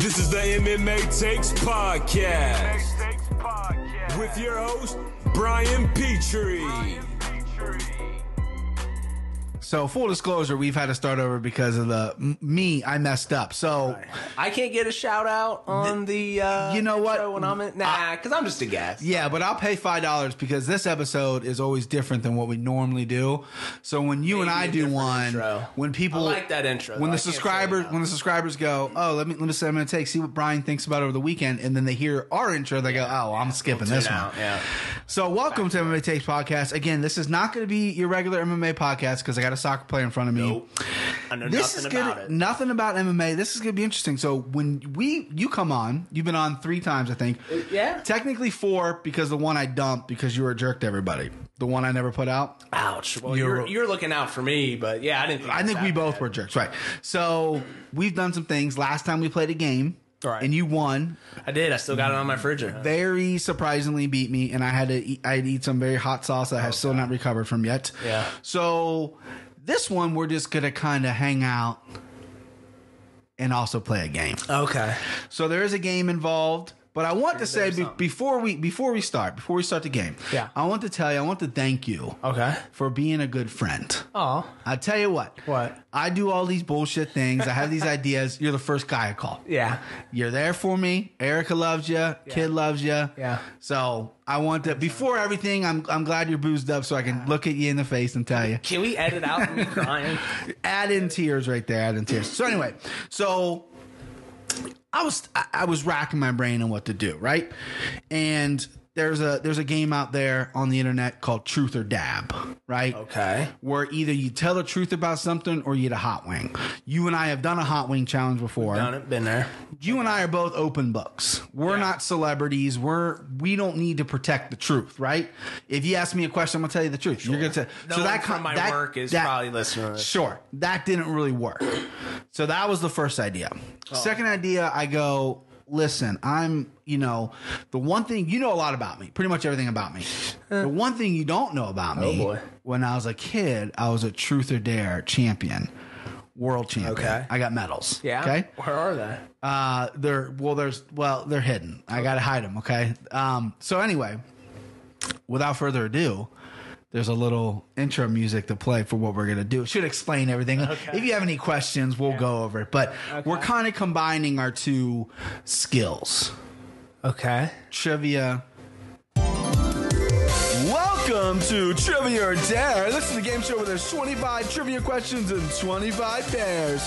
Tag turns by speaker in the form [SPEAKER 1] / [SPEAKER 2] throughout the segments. [SPEAKER 1] is the MMA Takes Podcast with your host, Brian Petrie.
[SPEAKER 2] So full disclosure, we've had to start over because of the m- me. I messed up. So
[SPEAKER 3] I can't get a shout out on the. Uh,
[SPEAKER 2] You know what?
[SPEAKER 3] intro When I'm in, nah, because I'm just a guest.
[SPEAKER 2] yeah, but I'll pay five dollars because this episode is always different than what we normally do. So when you and
[SPEAKER 3] Maybe
[SPEAKER 2] I
[SPEAKER 3] a
[SPEAKER 2] do
[SPEAKER 3] different
[SPEAKER 2] one,
[SPEAKER 3] intro.
[SPEAKER 2] when people
[SPEAKER 3] I like that intro,
[SPEAKER 2] when
[SPEAKER 3] though. I
[SPEAKER 2] the
[SPEAKER 3] can't say
[SPEAKER 2] subscribers
[SPEAKER 3] no.
[SPEAKER 2] when the subscribers go, oh let me let me see, I'm gonna take see what Brian thinks about over the weekend, and then they hear our intro, they go, oh I'm skipping
[SPEAKER 3] Tune
[SPEAKER 2] this one.
[SPEAKER 3] out, yeah.
[SPEAKER 2] So welcome to MMA Takes Podcast. Again, this is not going to be your regular MMA podcast because I got a soccer player in front of me.
[SPEAKER 3] Nope. I know
[SPEAKER 2] This
[SPEAKER 3] nothing
[SPEAKER 2] is gonna,
[SPEAKER 3] about it.
[SPEAKER 2] nothing about MMA. This is gonna be interesting. So when we you come on, you've been on three times, I think.
[SPEAKER 3] yeah.
[SPEAKER 2] Technically four because the one I dumped because you were a jerk to everybody. The one I never put out.
[SPEAKER 3] Ouch. Well,
[SPEAKER 2] You're-
[SPEAKER 3] you're, you're looking out for me, but yeah, I didn't. Think
[SPEAKER 2] I
[SPEAKER 3] it was
[SPEAKER 2] think
[SPEAKER 3] that
[SPEAKER 2] we both
[SPEAKER 3] bad.
[SPEAKER 2] were jerks, right? So we've done some things. Last time we played a game,
[SPEAKER 3] Right.
[SPEAKER 2] and you won.
[SPEAKER 3] I did. I still got it on my fridger.
[SPEAKER 2] Very surprisingly, beat me, and I had to eat, I had to eat some very hot sauce that I have still not recovered from yet.
[SPEAKER 3] Yeah.
[SPEAKER 2] So this one we're just gonna kind of hang out and also play a game.
[SPEAKER 3] okay.
[SPEAKER 2] So there is a game involved. But I want to say be, before we before we start before we start the game,
[SPEAKER 3] Yeah.
[SPEAKER 2] I want to tell you I want to thank you
[SPEAKER 3] Okay.
[SPEAKER 2] for being a good friend.
[SPEAKER 3] Oh.
[SPEAKER 2] I tell you what,
[SPEAKER 3] What?
[SPEAKER 2] I do all these bullshit things. I have these ideas. You're the first guy I call.
[SPEAKER 3] Yeah.
[SPEAKER 2] You're there for me. Erica loves you. Kid loves you.
[SPEAKER 3] Yeah.
[SPEAKER 2] So I want to before everything. I'm I'm glad you're boozed up so I can look at you in the face and tell you.
[SPEAKER 3] Can we edit out me crying?
[SPEAKER 2] add in tears right there add in tears so anyway so i was I- i was racking my brain on what to do right and there's a there's a game out there on the internet called truth or dab right
[SPEAKER 3] Okay.
[SPEAKER 2] where either you tell the truth about something or you get a hot wing you and i have done a hot wing challenge before
[SPEAKER 3] Done it. Been there.
[SPEAKER 2] you and i are both open books we're not celebrities we're we don't need to protect the truth right if you ask me a question i'm gonna tell you the truth you're gonna tell
[SPEAKER 3] No one
[SPEAKER 2] con-
[SPEAKER 3] from my work is probably listening. to this.
[SPEAKER 2] Sure. That didn't really work. So that was the first idea.
[SPEAKER 3] Oh.
[SPEAKER 2] Second idea, I go, listen, I'm, you know, the one thing you know a lot about me, pretty much everything about me. the one thing you don't know about me,
[SPEAKER 3] Oh, boy.
[SPEAKER 2] when I was a kid, I was a truth or dare champion. World champion.
[SPEAKER 3] Okay.
[SPEAKER 2] I got medals.
[SPEAKER 3] Yeah.
[SPEAKER 2] Okay.
[SPEAKER 3] Where are they?
[SPEAKER 2] Uh, they're well, there's well, they're hidden. I gotta hide them. Okay. Um. So anyway, without further ado, there's a little intro music to play for what we're gonna do. It should explain everything. If you have any questions, we'll go over it. But we're kind of combining our two skills,
[SPEAKER 3] Okay.
[SPEAKER 2] trivia.
[SPEAKER 1] Welcome to Trivia or Dare. This is the game show where there's 25 trivia questions and 25 dares.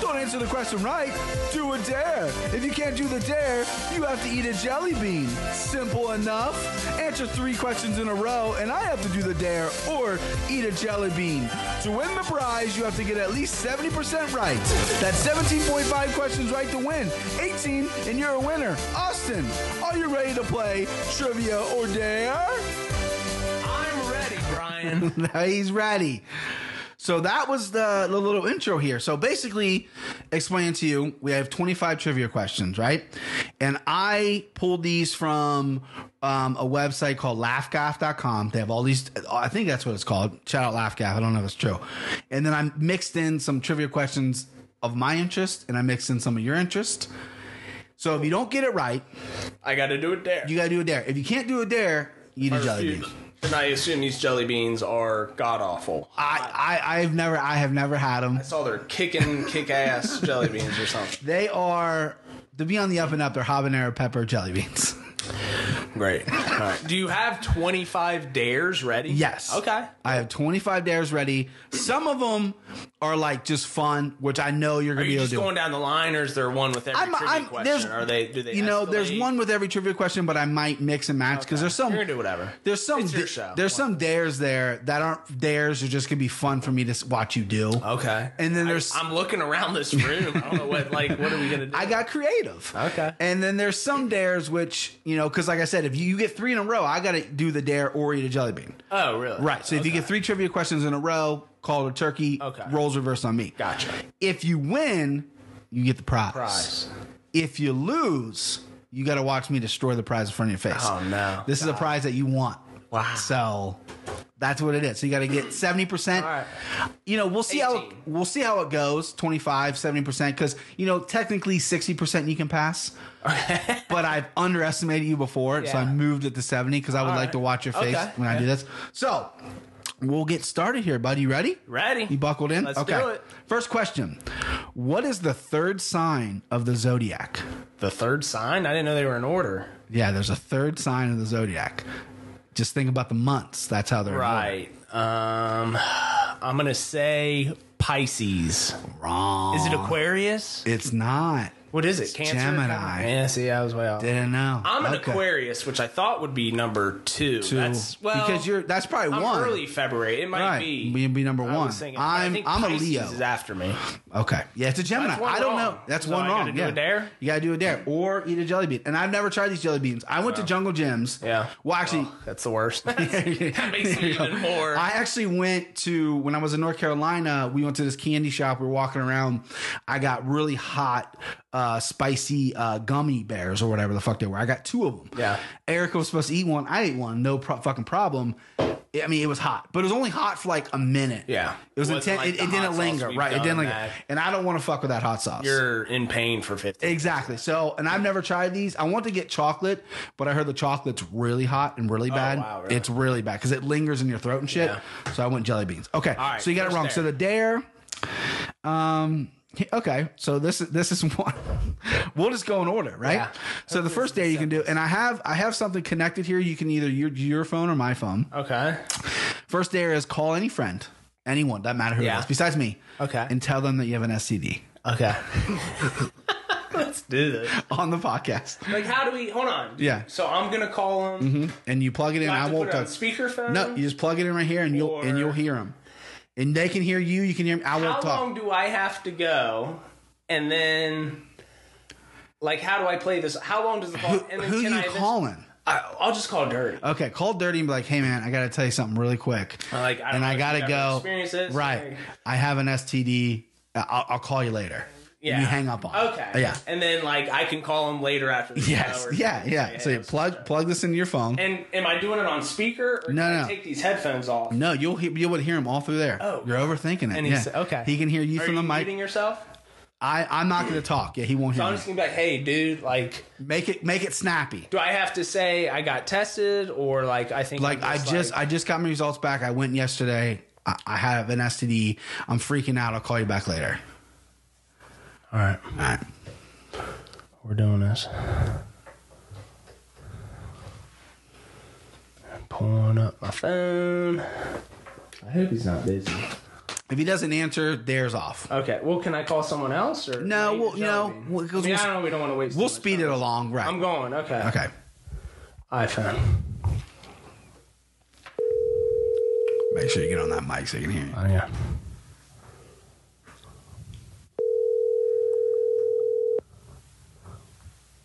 [SPEAKER 1] Don't answer the question right, do a dare. If you can't do the dare, you have to eat a jelly bean. Simple enough. Answer three questions in a row, and I have to do the dare or eat a jelly bean. To win the prize, you have to get at least 70% right. That's 17.5 questions right to win. 18, and you're a winner. Austin, are you ready to play Trivia or Dare?
[SPEAKER 3] I'm ready, Brian.
[SPEAKER 2] He's ready. So that was the, the little intro here. So basically, explaining to you, we have 25 trivia questions, right? And I pulled these from um, a website called laughgaff.com. They have all these, I think that's what it's called. Shout out laughgaff. I don't know if it's true. And then I mixed in some trivia questions of my interest and I mixed in some of your interest. So if you don't get it right,
[SPEAKER 3] I got to do it there.
[SPEAKER 2] you got to do a dare. If you can't do a dare, you eat a jelly bean.
[SPEAKER 3] And I assume these jelly beans are god awful. I
[SPEAKER 2] I, I, I've never, I have never had them.
[SPEAKER 3] saw they're kicking kick ass jelly beans or something.
[SPEAKER 2] They are to be on the up and up. They're habanero pepper jelly beans.
[SPEAKER 3] Great. All right. Do you have 25 dares ready?
[SPEAKER 2] yes.
[SPEAKER 3] Okay.
[SPEAKER 2] I have 25 dares ready. Some of them are like just fun, which I know you're
[SPEAKER 3] Are
[SPEAKER 2] gonna
[SPEAKER 3] you
[SPEAKER 2] be
[SPEAKER 3] just
[SPEAKER 2] able to.
[SPEAKER 3] going
[SPEAKER 2] do.
[SPEAKER 3] down the line, or is there one with every
[SPEAKER 2] I'm,
[SPEAKER 3] trivia
[SPEAKER 2] I'm, there's,
[SPEAKER 3] question? Are they? Do they?
[SPEAKER 2] you know, there's
[SPEAKER 3] escalate?
[SPEAKER 2] one with every trivia question, but I might mix and match because there's some.
[SPEAKER 3] You're gonna do whatever.
[SPEAKER 2] There's some.
[SPEAKER 3] It's your
[SPEAKER 2] da-
[SPEAKER 3] show.
[SPEAKER 2] There's some dares there that aren't dares. Are just gonna be fun for me to s- watch you do.
[SPEAKER 3] Okay.
[SPEAKER 2] And then there's.
[SPEAKER 3] I, am looking around this room. I don't know what. Like, what are we gonna do?
[SPEAKER 2] I got creative.
[SPEAKER 3] Okay.
[SPEAKER 2] And then there's some dares which, you know, because like I said, if you, you get three in a row, I got to do the dare or eat a jelly bean.
[SPEAKER 3] Oh, really?
[SPEAKER 2] Right. So if you get three trivia questions in a row, call it a turkey,
[SPEAKER 3] Okay.
[SPEAKER 2] rolls reversed on me.
[SPEAKER 3] Gotcha.
[SPEAKER 2] If you win, you get the prize.
[SPEAKER 3] Prize.
[SPEAKER 2] If you lose, you got to watch me destroy the prize in front of your face.
[SPEAKER 3] Oh, no.
[SPEAKER 2] This is a prize that you want.
[SPEAKER 3] Wow.
[SPEAKER 2] So That's what it is. So you got to get 70%.
[SPEAKER 3] All right.
[SPEAKER 2] You know, we'll see how
[SPEAKER 3] 18.
[SPEAKER 2] we'll see how it goes. 25, 70% cuz you know, technically 60% you can pass. but I've underestimated you before, so I
[SPEAKER 3] Yeah.
[SPEAKER 2] moved it to 70 cuz I would
[SPEAKER 3] All
[SPEAKER 2] like
[SPEAKER 3] right.
[SPEAKER 2] to watch your face
[SPEAKER 3] Okay.
[SPEAKER 2] when I
[SPEAKER 3] Yeah.
[SPEAKER 2] do this. So, we'll get started here, bud. You ready?
[SPEAKER 3] Ready.
[SPEAKER 2] You buckled in?
[SPEAKER 3] Let's
[SPEAKER 2] okay.
[SPEAKER 3] do it.
[SPEAKER 2] First question. What is the third sign of the zodiac?
[SPEAKER 3] The third sign? I didn't know they were in order.
[SPEAKER 2] Yeah, there's a third sign of the zodiac. Just think about the months. That's how they're in order.
[SPEAKER 3] Right. Um, I'm gonna say Pisces.
[SPEAKER 2] Wrong.
[SPEAKER 3] Is it Aquarius?
[SPEAKER 2] It's not.
[SPEAKER 3] What is it? Cancer.
[SPEAKER 2] Gemini.
[SPEAKER 3] Yeah. See, I was way off.
[SPEAKER 2] Didn't know.
[SPEAKER 3] I'm an
[SPEAKER 2] Okay.
[SPEAKER 3] Aquarius, which I thought would be number two.
[SPEAKER 2] Two.
[SPEAKER 3] That's well
[SPEAKER 2] because you're that's probably
[SPEAKER 3] I'm
[SPEAKER 2] one.
[SPEAKER 3] early February. It might
[SPEAKER 2] Right.
[SPEAKER 3] be.
[SPEAKER 2] Be- be number
[SPEAKER 3] I
[SPEAKER 2] one.
[SPEAKER 3] was thinking-
[SPEAKER 2] I'm-
[SPEAKER 3] I think
[SPEAKER 2] I'm a
[SPEAKER 3] Pisces
[SPEAKER 2] Leo.
[SPEAKER 3] is after me.
[SPEAKER 2] Okay. Yeah, it's a Gemini.
[SPEAKER 3] That's one
[SPEAKER 2] I don't
[SPEAKER 3] wrong.
[SPEAKER 2] know. That's
[SPEAKER 3] So
[SPEAKER 2] one
[SPEAKER 3] I
[SPEAKER 2] wrong.
[SPEAKER 3] gotta do
[SPEAKER 2] yeah.
[SPEAKER 3] a dare?
[SPEAKER 2] You gotta do a dare or eat a jelly bean. And I've never tried these jelly beans. I went to Jungle Gyms.
[SPEAKER 3] Yeah.
[SPEAKER 2] Well, actually,
[SPEAKER 3] That's the worst. that makes me even more.
[SPEAKER 2] I actually went to when I was in North Carolina. We went to this candy shop. We were walking around. I got really hot, uh, spicy uh, gummy bears or whatever the fuck they were. I got two of them.
[SPEAKER 3] Yeah.
[SPEAKER 2] Erica was supposed to eat one. I ate one. No pro- fucking problem. I mean, it was hot, but it was only hot for like a minute.
[SPEAKER 3] Yeah.
[SPEAKER 2] it was
[SPEAKER 3] It wasn't
[SPEAKER 2] intense.
[SPEAKER 3] like
[SPEAKER 2] it,
[SPEAKER 3] the
[SPEAKER 2] it
[SPEAKER 3] hot
[SPEAKER 2] didn't
[SPEAKER 3] sauce
[SPEAKER 2] linger.
[SPEAKER 3] we've
[SPEAKER 2] Right, it
[SPEAKER 3] done
[SPEAKER 2] didn't linger.
[SPEAKER 3] that-
[SPEAKER 2] And I don't want to fuck with that hot sauce.
[SPEAKER 3] you're in pain for 50.
[SPEAKER 2] Exactly. So, and I've never tried these. I want to get chocolate, but I heard the chocolate's really hot and really bad.
[SPEAKER 3] Oh, wow, really?
[SPEAKER 2] It's really bad because it lingers in your throat and shit.
[SPEAKER 3] Yeah.
[SPEAKER 2] So I went jelly beans. Okay.
[SPEAKER 3] right,
[SPEAKER 2] so you got it
[SPEAKER 3] first
[SPEAKER 2] wrong.
[SPEAKER 3] dare.
[SPEAKER 2] So the dare. Um. Okay. So this is this is one. we'll just go in order, right?
[SPEAKER 3] Yeah.
[SPEAKER 2] So the first dare you can do, and I have I have something connected here. You can either your your phone or my phone.
[SPEAKER 3] Okay.
[SPEAKER 2] First dare is call any friend, anyone doesn't matter who
[SPEAKER 3] Yeah.
[SPEAKER 2] it is, besides me.
[SPEAKER 3] Okay.
[SPEAKER 2] And tell them that you have an STD
[SPEAKER 3] Okay. Let's do this.
[SPEAKER 2] on the podcast,
[SPEAKER 3] Like, how do we? Hold on.
[SPEAKER 2] Yeah. Mm-hmm.
[SPEAKER 3] So I'm gonna call him.
[SPEAKER 2] and you plug it in.
[SPEAKER 3] I
[SPEAKER 2] I,
[SPEAKER 3] have to
[SPEAKER 2] won't
[SPEAKER 3] put it on
[SPEAKER 2] touch-
[SPEAKER 3] speakerphone.
[SPEAKER 2] No, you just plug it in right here, and you'll and
[SPEAKER 3] Or-
[SPEAKER 2] you'll hear them, and they can hear you. You can hear me. I
[SPEAKER 3] how
[SPEAKER 2] won't talk.
[SPEAKER 3] long do I have to go? And then, like, how do I play this? How long does the ball? and then
[SPEAKER 2] Who
[SPEAKER 3] can
[SPEAKER 2] you
[SPEAKER 3] I eventually-
[SPEAKER 2] calling?
[SPEAKER 3] I, I'll just call dirty.
[SPEAKER 2] Okay, call Dirty and be like, "Hey man, I gotta tell you something really quick."
[SPEAKER 3] Like, I don't
[SPEAKER 2] and
[SPEAKER 3] know
[SPEAKER 2] I
[SPEAKER 3] if
[SPEAKER 2] gotta
[SPEAKER 3] you've ever
[SPEAKER 2] go.
[SPEAKER 3] experienced this,
[SPEAKER 2] Right,
[SPEAKER 3] like-
[SPEAKER 2] I have an STD. I- I'll, I'll call you later.
[SPEAKER 3] Yeah.
[SPEAKER 2] you hang up on. it.
[SPEAKER 3] Okay.
[SPEAKER 2] Yeah.
[SPEAKER 3] And then, like, I can call him later after. The
[SPEAKER 2] Yes.
[SPEAKER 3] show or
[SPEAKER 2] Yeah.
[SPEAKER 3] something.
[SPEAKER 2] Yeah. So you plug plug this into your phone.
[SPEAKER 3] And am I doing it on speaker? Or
[SPEAKER 2] No,
[SPEAKER 3] can I
[SPEAKER 2] no.
[SPEAKER 3] Take these headphones off.
[SPEAKER 2] no, you'll hear, you would hear him all through there.
[SPEAKER 3] Oh.
[SPEAKER 2] you're overthinking it.
[SPEAKER 3] And
[SPEAKER 2] yeah.
[SPEAKER 3] he's- okay.
[SPEAKER 2] He can hear you
[SPEAKER 3] Are
[SPEAKER 2] from the
[SPEAKER 3] you
[SPEAKER 2] mic.
[SPEAKER 3] muting yourself?
[SPEAKER 2] I I'm not gonna talk. Yeah, he won't
[SPEAKER 3] So
[SPEAKER 2] hear.
[SPEAKER 3] I'm
[SPEAKER 2] me.
[SPEAKER 3] just gonna be like, hey, dude, like,
[SPEAKER 2] Make it make it snappy.
[SPEAKER 3] do I have to say I got tested or like I think
[SPEAKER 2] like
[SPEAKER 3] I'm
[SPEAKER 2] I just I just got my results back. I went yesterday. I, I have an STD. I'm freaking out. I'll call you back later.
[SPEAKER 3] all right,
[SPEAKER 2] All right.
[SPEAKER 3] we're doing this. I'm pulling up my phone. I hope he's not busy.
[SPEAKER 2] If he doesn't answer, dares off.
[SPEAKER 3] Okay, well, can I call someone else or
[SPEAKER 2] No,
[SPEAKER 3] Maybe
[SPEAKER 2] well, you know,
[SPEAKER 3] Shelby?
[SPEAKER 2] we'll-
[SPEAKER 3] I, mean, I don't know. We don't want to waste.
[SPEAKER 2] We'll
[SPEAKER 3] too much
[SPEAKER 2] speed
[SPEAKER 3] time.
[SPEAKER 2] it along, right?
[SPEAKER 3] I'm going. Okay.
[SPEAKER 2] okay.
[SPEAKER 3] iPhone.
[SPEAKER 2] Make sure you get on that mic so you can hear. You.
[SPEAKER 3] Oh yeah.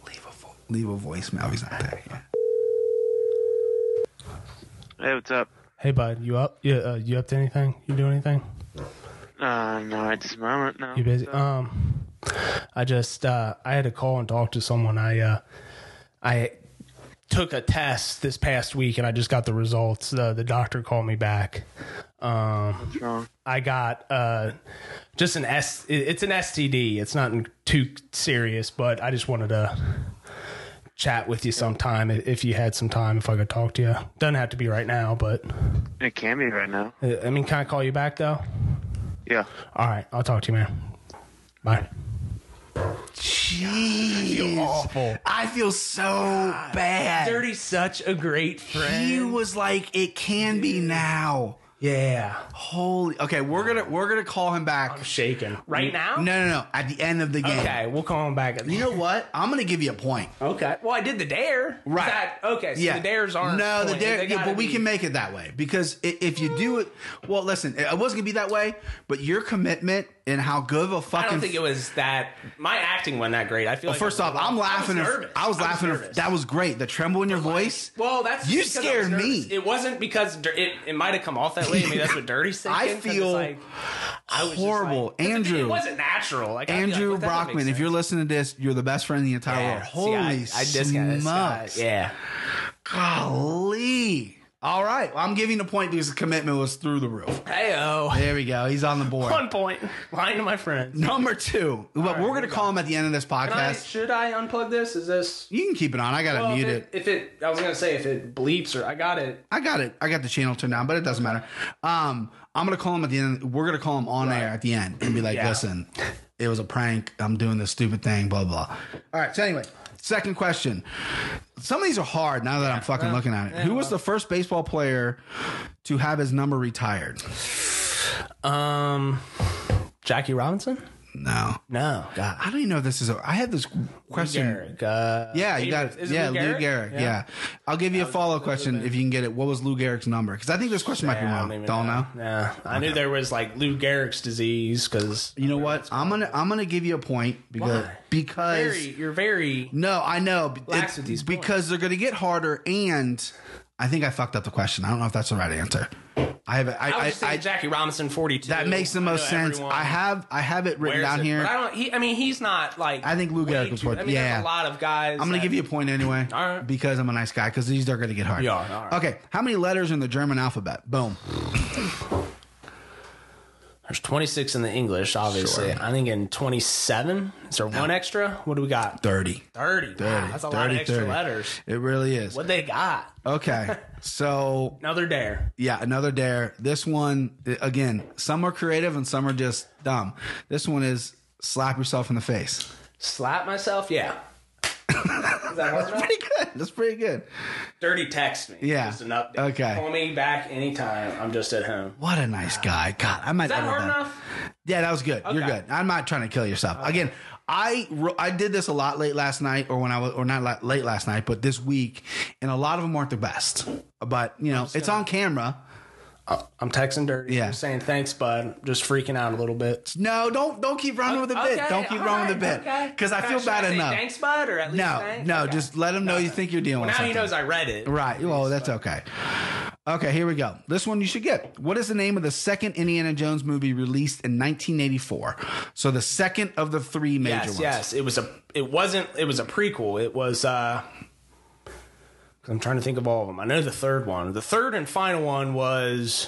[SPEAKER 2] Leave a vo- leave a voicemail. He's not there. Yeah.
[SPEAKER 4] Hey, what's up?
[SPEAKER 3] Hey bud, you up? You uh, you up to anything? You do anything?
[SPEAKER 4] Uh, no, at this moment, no.
[SPEAKER 3] You busy? Um, I just uh, I had to call and talk to someone. I uh, I took a test this past week and I just got the results. Uh, The the doctor called me back. Um,
[SPEAKER 4] What's wrong?
[SPEAKER 3] I got uh, just an S. it- It's an STD. It's not too serious, but I just wanted to chat with you sometime if if you had some time. If I could talk to you, doesn't have to be right now, but
[SPEAKER 4] It can be right now.
[SPEAKER 3] uh, I mean, can I call you back though?
[SPEAKER 4] Yeah.
[SPEAKER 3] All right, I'll talk to you, man. Bye.
[SPEAKER 2] Jeez,
[SPEAKER 3] awful.
[SPEAKER 2] I feel so bad.
[SPEAKER 3] Dirty's such a great friend.
[SPEAKER 2] He was like, it can be now.
[SPEAKER 3] yeah.
[SPEAKER 2] Holy. Okay, we're gonna we're gonna call him back.
[SPEAKER 3] I'm shaking. Right now?
[SPEAKER 2] No, no, no. At the end of the game.
[SPEAKER 3] Oh, Okay, we'll call him back.
[SPEAKER 2] You know what? I'm gonna give you a point.
[SPEAKER 3] okay. Well, I did the dare.
[SPEAKER 2] Right.
[SPEAKER 3] That- okay, so the dares aren't.
[SPEAKER 2] No, the
[SPEAKER 3] points.
[SPEAKER 2] dare.
[SPEAKER 3] They
[SPEAKER 2] Yeah,
[SPEAKER 3] gotta
[SPEAKER 2] but we
[SPEAKER 3] be-
[SPEAKER 2] can make it that way because i- if you do it, well, listen, it wasn't gonna be that way, but your commitment and how good of a
[SPEAKER 3] I
[SPEAKER 2] fucking.
[SPEAKER 3] don't think it was that. My acting wasn't that great. I feel.
[SPEAKER 2] Well,
[SPEAKER 3] like
[SPEAKER 2] first
[SPEAKER 3] I
[SPEAKER 2] off,
[SPEAKER 3] was-
[SPEAKER 2] I'm laughing.
[SPEAKER 3] I
[SPEAKER 2] if-
[SPEAKER 3] was, nervous.
[SPEAKER 2] I was
[SPEAKER 3] I was
[SPEAKER 2] laughing. if-
[SPEAKER 3] nervous.
[SPEAKER 2] that was great. The tremble in your voice.
[SPEAKER 3] well, that's
[SPEAKER 2] You
[SPEAKER 3] just because I was
[SPEAKER 2] scared me.
[SPEAKER 3] nervous. It wasn't because dir- it, it might have come off that way. I mean, that's what Dirty said.
[SPEAKER 2] I feel
[SPEAKER 3] I was just
[SPEAKER 2] horrible.
[SPEAKER 3] like- 'cause it-
[SPEAKER 2] Andrew-
[SPEAKER 3] It wasn't natural. Like, I'd be like,
[SPEAKER 2] Andrew
[SPEAKER 3] what the hell makes
[SPEAKER 2] Brockman, if
[SPEAKER 3] sense?
[SPEAKER 2] you're listening to this, you're the best friend in the entire
[SPEAKER 3] yeah.
[SPEAKER 2] world. Holy
[SPEAKER 3] See, I, I discounted this guy.
[SPEAKER 2] smokes.
[SPEAKER 3] Yeah.
[SPEAKER 2] Golly. All right. Well, I'm giving a point because the commitment was through the roof.
[SPEAKER 3] Hey, oh.
[SPEAKER 2] There we go. He's on the board.
[SPEAKER 3] One point. Lying to my friends.
[SPEAKER 2] Number two. But we're going to call him at the end of this podcast.
[SPEAKER 3] should I unplug this? Is this.
[SPEAKER 2] you can keep it on. I got to mute it.
[SPEAKER 3] If it, I was gonna say if it bleeps or I got it.
[SPEAKER 2] I got it. I got the channel turned down, but it doesn't matter. Um, I'm gonna call him at the end. We're gonna call him on air at the end and be like,
[SPEAKER 3] Yeah.
[SPEAKER 2] "Listen, it was a prank. I'm doing this stupid thing." Blah blah. All right. So anyway, second question. Some of these are hard. Now that I'm fucking looking at it, who was the first baseball player to have his number retired?
[SPEAKER 3] Um, Jackie Robinson?
[SPEAKER 2] No, Uh,
[SPEAKER 3] No, God.
[SPEAKER 2] I don't even know if this is. A, I had this question.
[SPEAKER 3] Garrick. Uh,
[SPEAKER 2] Yeah, you got it.
[SPEAKER 3] Is it
[SPEAKER 2] Yeah,
[SPEAKER 3] Lou
[SPEAKER 2] Lou Gehrig.
[SPEAKER 3] Gehrig?
[SPEAKER 2] Yeah. I'll give you a follow-up question if you can get it. What was Lou Gehrig's number? Because I think this question might be
[SPEAKER 3] I
[SPEAKER 2] wrong.
[SPEAKER 3] don't even
[SPEAKER 2] don't know.
[SPEAKER 3] Yeah, I knew there was like Lou Gehrig's disease because
[SPEAKER 2] You know what? I'm gonna I'm gonna give you a point because
[SPEAKER 3] Why?
[SPEAKER 2] because
[SPEAKER 3] you're very
[SPEAKER 2] no, I know but
[SPEAKER 3] Lax
[SPEAKER 2] it-
[SPEAKER 3] with these
[SPEAKER 2] because they're gonna get harder. And I think I fucked up the question. I don't know if that's the right answer. I have I,
[SPEAKER 3] I was
[SPEAKER 2] I,
[SPEAKER 3] just saying
[SPEAKER 2] I-
[SPEAKER 3] Jackie Robinson 42.
[SPEAKER 2] that makes the
[SPEAKER 3] I know
[SPEAKER 2] most sense.
[SPEAKER 3] everyone
[SPEAKER 2] I have I have it written
[SPEAKER 3] wears
[SPEAKER 2] down
[SPEAKER 3] it,
[SPEAKER 2] here.
[SPEAKER 3] But I don't. He, I mean, he's not like.
[SPEAKER 2] I think Lou
[SPEAKER 3] way
[SPEAKER 2] Gehrig was
[SPEAKER 3] too- I
[SPEAKER 2] what-
[SPEAKER 3] mean,
[SPEAKER 2] yeah.
[SPEAKER 3] there's a lot of guys.
[SPEAKER 2] I'm gonna
[SPEAKER 3] that-
[SPEAKER 2] give you a point anyway
[SPEAKER 3] All right.
[SPEAKER 2] because I'm a nice guy because these are gonna get hard.
[SPEAKER 3] You are, all right.
[SPEAKER 2] Okay, how many letters in the German alphabet? Boom.
[SPEAKER 3] There's 26 in the English, obviously. I think in 27. Is there one extra? What do we got?
[SPEAKER 2] Thirty.
[SPEAKER 3] 30. Wow, that's a lot of
[SPEAKER 2] 30,
[SPEAKER 3] extra
[SPEAKER 2] 30.
[SPEAKER 3] letters.
[SPEAKER 2] It really is.
[SPEAKER 3] What they got?
[SPEAKER 2] Okay, so
[SPEAKER 3] Another dare.
[SPEAKER 2] Yeah, another dare. This one i- again, some are creative and some are just dumb. This one is slap yourself in the face.
[SPEAKER 3] Slap myself? Yeah. Is that hard enough?
[SPEAKER 2] Pretty good. That's pretty good.
[SPEAKER 3] Dirty text me.
[SPEAKER 2] Yeah.
[SPEAKER 3] Just an update.
[SPEAKER 2] Okay.
[SPEAKER 3] Call me back anytime. I'm just at home.
[SPEAKER 2] What a nice guy. God, I might
[SPEAKER 3] Is that
[SPEAKER 2] edit
[SPEAKER 3] hard enough?
[SPEAKER 2] Yeah, that was good. You're
[SPEAKER 3] Okay.
[SPEAKER 2] good. I'm not trying to kill yourself. Again, I ro- I did this a lot late last night, or when I was, or not la- late last night, but this week, and a lot of them weren't the best. But you know, it's on camera.
[SPEAKER 3] I'm texting dirty.
[SPEAKER 2] Yeah.
[SPEAKER 3] I'm saying thanks, bud. Just freaking out a little bit.
[SPEAKER 2] No, don't don't keep running with the bit. Don't keep running with the bit because I feel bad enough.
[SPEAKER 3] Thanks, bud, or at least
[SPEAKER 2] No,
[SPEAKER 3] thanks?
[SPEAKER 2] no,
[SPEAKER 3] Okay.
[SPEAKER 2] just let him know you think you're dealing
[SPEAKER 3] Well,
[SPEAKER 2] with
[SPEAKER 3] now
[SPEAKER 2] something.
[SPEAKER 3] he knows I read it.
[SPEAKER 2] Right. Well, that's okay. Okay, here we go. This one you should get. What is the name of the second Indiana Jones movie released in 1984? So the second of the three major
[SPEAKER 3] Yes,
[SPEAKER 2] ones.
[SPEAKER 3] yes. It was a. It wasn't. It was a prequel. It was. uh 'cause I'm trying to think of all of them. I know the third one. The third and final one was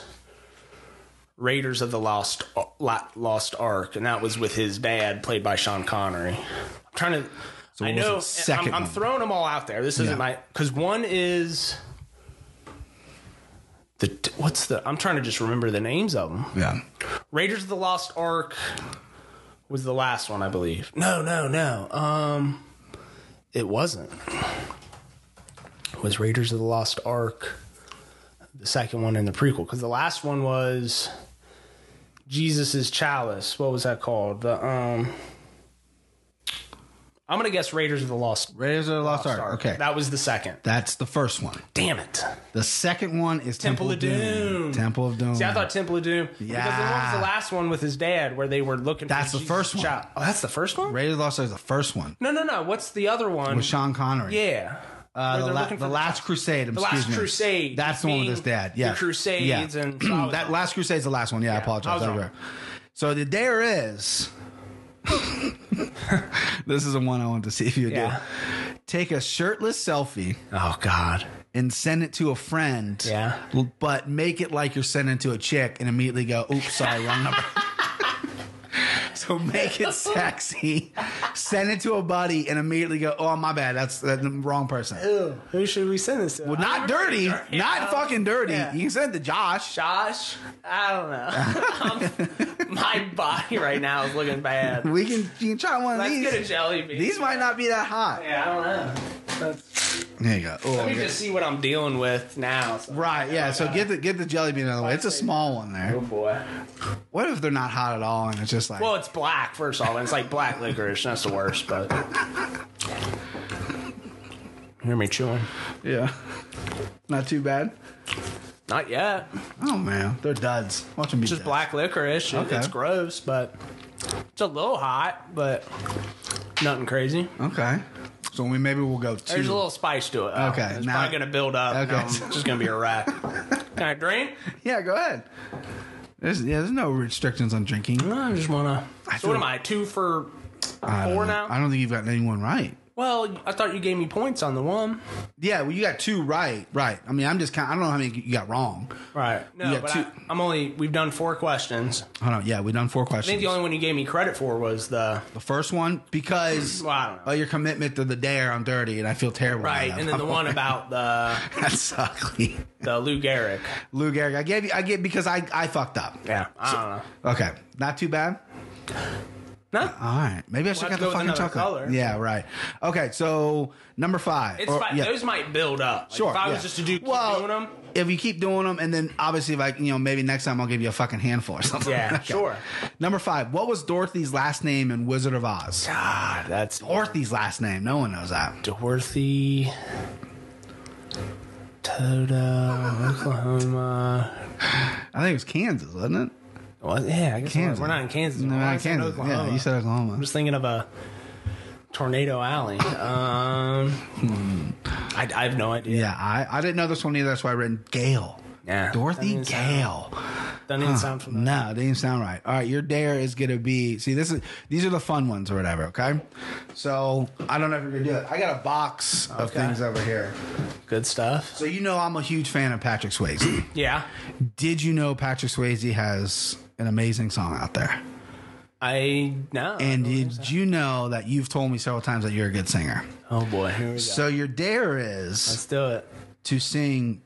[SPEAKER 3] Raiders of the Lost uh, La- Lost Ark, and that was with his dad, played by Sean Connery. I'm trying to. I
[SPEAKER 2] what was the
[SPEAKER 3] know. I'm-
[SPEAKER 2] second
[SPEAKER 3] I'm,
[SPEAKER 2] one?
[SPEAKER 3] throwing them all out there. This isn't
[SPEAKER 2] Yeah.
[SPEAKER 3] my because one is. The, t- what's the? I'm trying to just remember the names of them.
[SPEAKER 2] Yeah.
[SPEAKER 3] Raiders of the Lost Ark was the last one, I believe. No, no, no. Um, it wasn't. It was Raiders of the Lost Ark the second one in the prequel? Because the last one was Jesus's Chalice. What was that called? The um. I'm gonna guess Raiders of the Lost
[SPEAKER 2] Raiders of the Lost, Ark. Okay.
[SPEAKER 3] That was the second.
[SPEAKER 2] That's the first one.
[SPEAKER 3] Damn it!
[SPEAKER 2] The second one is Temple,
[SPEAKER 3] Temple
[SPEAKER 2] of Doom.
[SPEAKER 3] of Doom.
[SPEAKER 2] Temple of Doom.
[SPEAKER 3] See, I thought Temple of Doom. Because the one was
[SPEAKER 2] Yeah.
[SPEAKER 3] the last one with his dad, where they were looking.
[SPEAKER 2] That's
[SPEAKER 3] for
[SPEAKER 2] the first
[SPEAKER 3] Jesus'
[SPEAKER 2] one.
[SPEAKER 3] child. Oh, that's the first one.
[SPEAKER 2] Raiders of the Lost Ark is the first one
[SPEAKER 3] No, no, no. What's the other one?
[SPEAKER 2] with Sean Connery.
[SPEAKER 3] yeah.
[SPEAKER 2] Uh,
[SPEAKER 3] Where
[SPEAKER 2] the
[SPEAKER 3] they're
[SPEAKER 2] la-
[SPEAKER 3] looking for
[SPEAKER 2] the Last Crusade.
[SPEAKER 3] The
[SPEAKER 2] excuse
[SPEAKER 3] Last
[SPEAKER 2] me.
[SPEAKER 3] Crusade.
[SPEAKER 2] That's the one with his
[SPEAKER 3] Being
[SPEAKER 2] dad. Yeah.
[SPEAKER 3] the Crusades
[SPEAKER 2] Yeah. Mm,
[SPEAKER 3] and- so I was
[SPEAKER 2] that
[SPEAKER 3] wrong.
[SPEAKER 2] Last Crusade's the last one. Yeah, I apologize.
[SPEAKER 3] I was
[SPEAKER 2] That
[SPEAKER 3] wrong.
[SPEAKER 2] right. So the dare is. this is the one I want to see if you
[SPEAKER 3] Yeah.
[SPEAKER 2] do. Take a shirtless selfie
[SPEAKER 3] Oh God.
[SPEAKER 2] and send it to a friend.
[SPEAKER 3] Yeah.
[SPEAKER 2] l- But make it like you're sending to a chick and immediately go, oops, sorry, wrong number. so make it sexy. Send it to a buddy and immediately go, oh, my bad. That's, that's the wrong person.
[SPEAKER 3] Who should we send this to?
[SPEAKER 2] Well, not dirty, not fucking dirty.
[SPEAKER 3] Yeah.
[SPEAKER 2] You can send it to Josh.
[SPEAKER 3] Josh. I don't know. My body right now is looking bad.
[SPEAKER 2] We can you can try one of
[SPEAKER 3] Let's
[SPEAKER 2] these.
[SPEAKER 3] get a jelly bean.
[SPEAKER 2] These might not be that hot.
[SPEAKER 3] Yeah, I don't know. That's-
[SPEAKER 2] There you go. Oh,
[SPEAKER 3] Let me
[SPEAKER 2] okay.
[SPEAKER 3] just see what I'm dealing with now. So-
[SPEAKER 2] Right, yeah. So get the get the jelly bean out of the way. It's a small one
[SPEAKER 3] Oh
[SPEAKER 2] there.
[SPEAKER 3] boy.
[SPEAKER 2] What if they're not hot at all and it's just like
[SPEAKER 3] Well, it's black first off, and it's like black licorice. That's the worst. But hear me chewing?
[SPEAKER 2] yeah, not too bad.
[SPEAKER 3] Not yet.
[SPEAKER 2] Oh man, they're duds. Watch them be
[SPEAKER 3] Just
[SPEAKER 2] duds.
[SPEAKER 3] black licorice. It-
[SPEAKER 2] Okay.
[SPEAKER 3] It's gross, but it's a little hot, but nothing crazy.
[SPEAKER 2] Okay, so we maybe we'll go two.
[SPEAKER 3] There's a little spice to it. though.
[SPEAKER 2] Okay,
[SPEAKER 3] It's
[SPEAKER 2] now-
[SPEAKER 3] probably going to build up.
[SPEAKER 2] Okay.
[SPEAKER 3] Um, it's just going to be a wreck. Can I drink?
[SPEAKER 2] yeah, go ahead. There's yeah, there's no restrictions on drinking.
[SPEAKER 3] No, I just want to. So,
[SPEAKER 2] feel-
[SPEAKER 3] what am I? Two for
[SPEAKER 2] I don't
[SPEAKER 3] four
[SPEAKER 2] know.
[SPEAKER 3] now?
[SPEAKER 2] I don't think you've gotten anyone right.
[SPEAKER 3] Well, I thought you gave me points on the one.
[SPEAKER 2] Yeah, well, you got two right, right. I mean, I'm just kind. I don't know how many you got wrong.
[SPEAKER 3] Right. No,
[SPEAKER 2] Yeah,
[SPEAKER 3] but
[SPEAKER 2] two-
[SPEAKER 3] I, I'm only. We've done four questions.
[SPEAKER 2] Hold on. Yeah, we done four
[SPEAKER 3] I think
[SPEAKER 2] questions.
[SPEAKER 3] the only one you gave me credit for was the
[SPEAKER 2] the first one because
[SPEAKER 3] Well, I don't know.
[SPEAKER 2] of your commitment to the dare, I'm dirty, and I feel terrible.
[SPEAKER 3] right,
[SPEAKER 2] about
[SPEAKER 3] and
[SPEAKER 2] it.
[SPEAKER 3] then the one about the
[SPEAKER 2] that's ugly.
[SPEAKER 3] the Lou Gehrig.
[SPEAKER 2] Lou Gehrig, I gave you. I get because I I fucked up.
[SPEAKER 3] Yeah, I don't know.
[SPEAKER 2] Okay, not too bad.
[SPEAKER 3] No,
[SPEAKER 2] All right, maybe I should have
[SPEAKER 3] have to
[SPEAKER 2] got
[SPEAKER 3] go with
[SPEAKER 2] the fucking
[SPEAKER 3] another
[SPEAKER 2] chocolate.
[SPEAKER 3] color.
[SPEAKER 2] Yeah, right. Okay, so number five.
[SPEAKER 3] it's
[SPEAKER 2] Or-
[SPEAKER 3] fine.
[SPEAKER 2] yeah.
[SPEAKER 3] Those might build up. Like,
[SPEAKER 2] Sure.
[SPEAKER 3] If I
[SPEAKER 2] yeah.
[SPEAKER 3] was just to do keep
[SPEAKER 2] well,
[SPEAKER 3] doing them,
[SPEAKER 2] If you keep doing them, and then obviously, if I, you know, maybe next time I'll give you a fucking handful or something.
[SPEAKER 3] yeah,
[SPEAKER 2] Okay.
[SPEAKER 3] sure.
[SPEAKER 2] Number five. What was Dorothy's last name in Wizard of Oz?
[SPEAKER 3] God, Ah, that's
[SPEAKER 2] Dorothy's last name. No one knows that.
[SPEAKER 3] Dorothy. Toda, Oklahoma.
[SPEAKER 2] I think it was Kansas, wasn't it?
[SPEAKER 3] Well, yeah, I guess
[SPEAKER 2] Kansas.
[SPEAKER 3] we're not in Kansas.
[SPEAKER 2] No,
[SPEAKER 3] Why
[SPEAKER 2] not
[SPEAKER 3] is it
[SPEAKER 2] Kansas.
[SPEAKER 3] Oklahoma?
[SPEAKER 2] Yeah, you said Oklahoma.
[SPEAKER 3] I'm just thinking of a tornado alley. Um,
[SPEAKER 2] Hmm.
[SPEAKER 3] I, I have no idea.
[SPEAKER 2] yeah, I, I didn't know this one either. That's why I written Gale.
[SPEAKER 3] Yeah.
[SPEAKER 2] Dorothy
[SPEAKER 3] That is-
[SPEAKER 2] Gale.
[SPEAKER 3] Doesn't even sound familiar.
[SPEAKER 2] No, they didn't sound right. All right, your dare is gonna be. See, this is these are the fun ones or whatever. Okay, so I don't know if you're gonna do it. I got a box of
[SPEAKER 3] Okay.
[SPEAKER 2] things over here.
[SPEAKER 3] Good stuff.
[SPEAKER 2] So you know I'm a huge fan of Patrick Swayze.
[SPEAKER 3] Yeah.
[SPEAKER 2] Did you know Patrick Swayze has an amazing song out there?
[SPEAKER 3] I no.
[SPEAKER 2] And did you know that you've told me several times that you're a good singer?
[SPEAKER 3] oh boy, here we go.
[SPEAKER 2] So your dare is
[SPEAKER 3] Let's do it.
[SPEAKER 2] to sing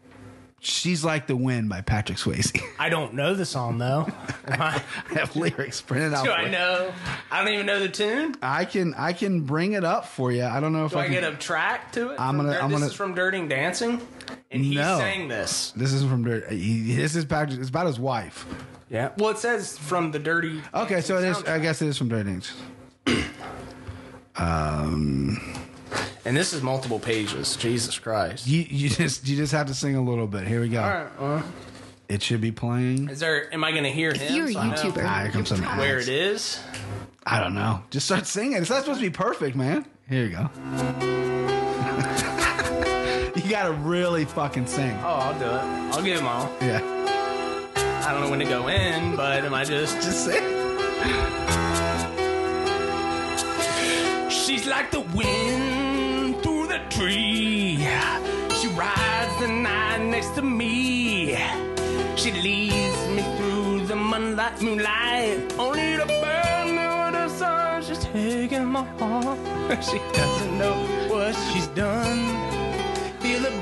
[SPEAKER 2] "She's Like the Wind" by Patrick Swayze.
[SPEAKER 3] I don't know the song though. Am I,
[SPEAKER 2] I have lyrics printed out.
[SPEAKER 3] do
[SPEAKER 2] for
[SPEAKER 3] I
[SPEAKER 2] you.
[SPEAKER 3] know? I don't even know the tune.
[SPEAKER 2] I can I can bring it up for you. I don't know if
[SPEAKER 3] Do I
[SPEAKER 2] can,
[SPEAKER 3] get a track to it?
[SPEAKER 2] I'm
[SPEAKER 3] from
[SPEAKER 2] gonna-
[SPEAKER 3] Dir-
[SPEAKER 2] I'm
[SPEAKER 3] this
[SPEAKER 2] gonna-
[SPEAKER 3] is from Dirting Dancing, and he
[SPEAKER 2] No.
[SPEAKER 3] sang this.
[SPEAKER 2] This isn't from Dirty. he- This is Patrick. It's about his wife.
[SPEAKER 3] Yeah. Well, it says from the Dirty.
[SPEAKER 2] Okay, so it is. I guess it is from Dirty Dancing.
[SPEAKER 3] And this is multiple pages. Jesus Christ.
[SPEAKER 2] You you just you just have to sing a little bit. Here we go.
[SPEAKER 3] All right. Well,
[SPEAKER 2] It should be playing.
[SPEAKER 3] is there? Am I going to hear him?
[SPEAKER 5] you're a
[SPEAKER 3] so I know
[SPEAKER 5] YouTuber.
[SPEAKER 2] Ah, here comes some ads.
[SPEAKER 3] Where it is?
[SPEAKER 2] I don't know. Just start singing. It's not supposed to be perfect, man. Here you go. you gotta really fucking sing.
[SPEAKER 3] Oh, I'll do it. I'll give him all.
[SPEAKER 2] Yeah.
[SPEAKER 3] I don't know when to go in, but am I just?
[SPEAKER 2] Just sing.
[SPEAKER 3] She's like the wind through the tree. She rides the night next to me. She leads me through the moonlight, moonlight only to burn me with the sun. She's taking my heart. She doesn't know what she's done. Feel her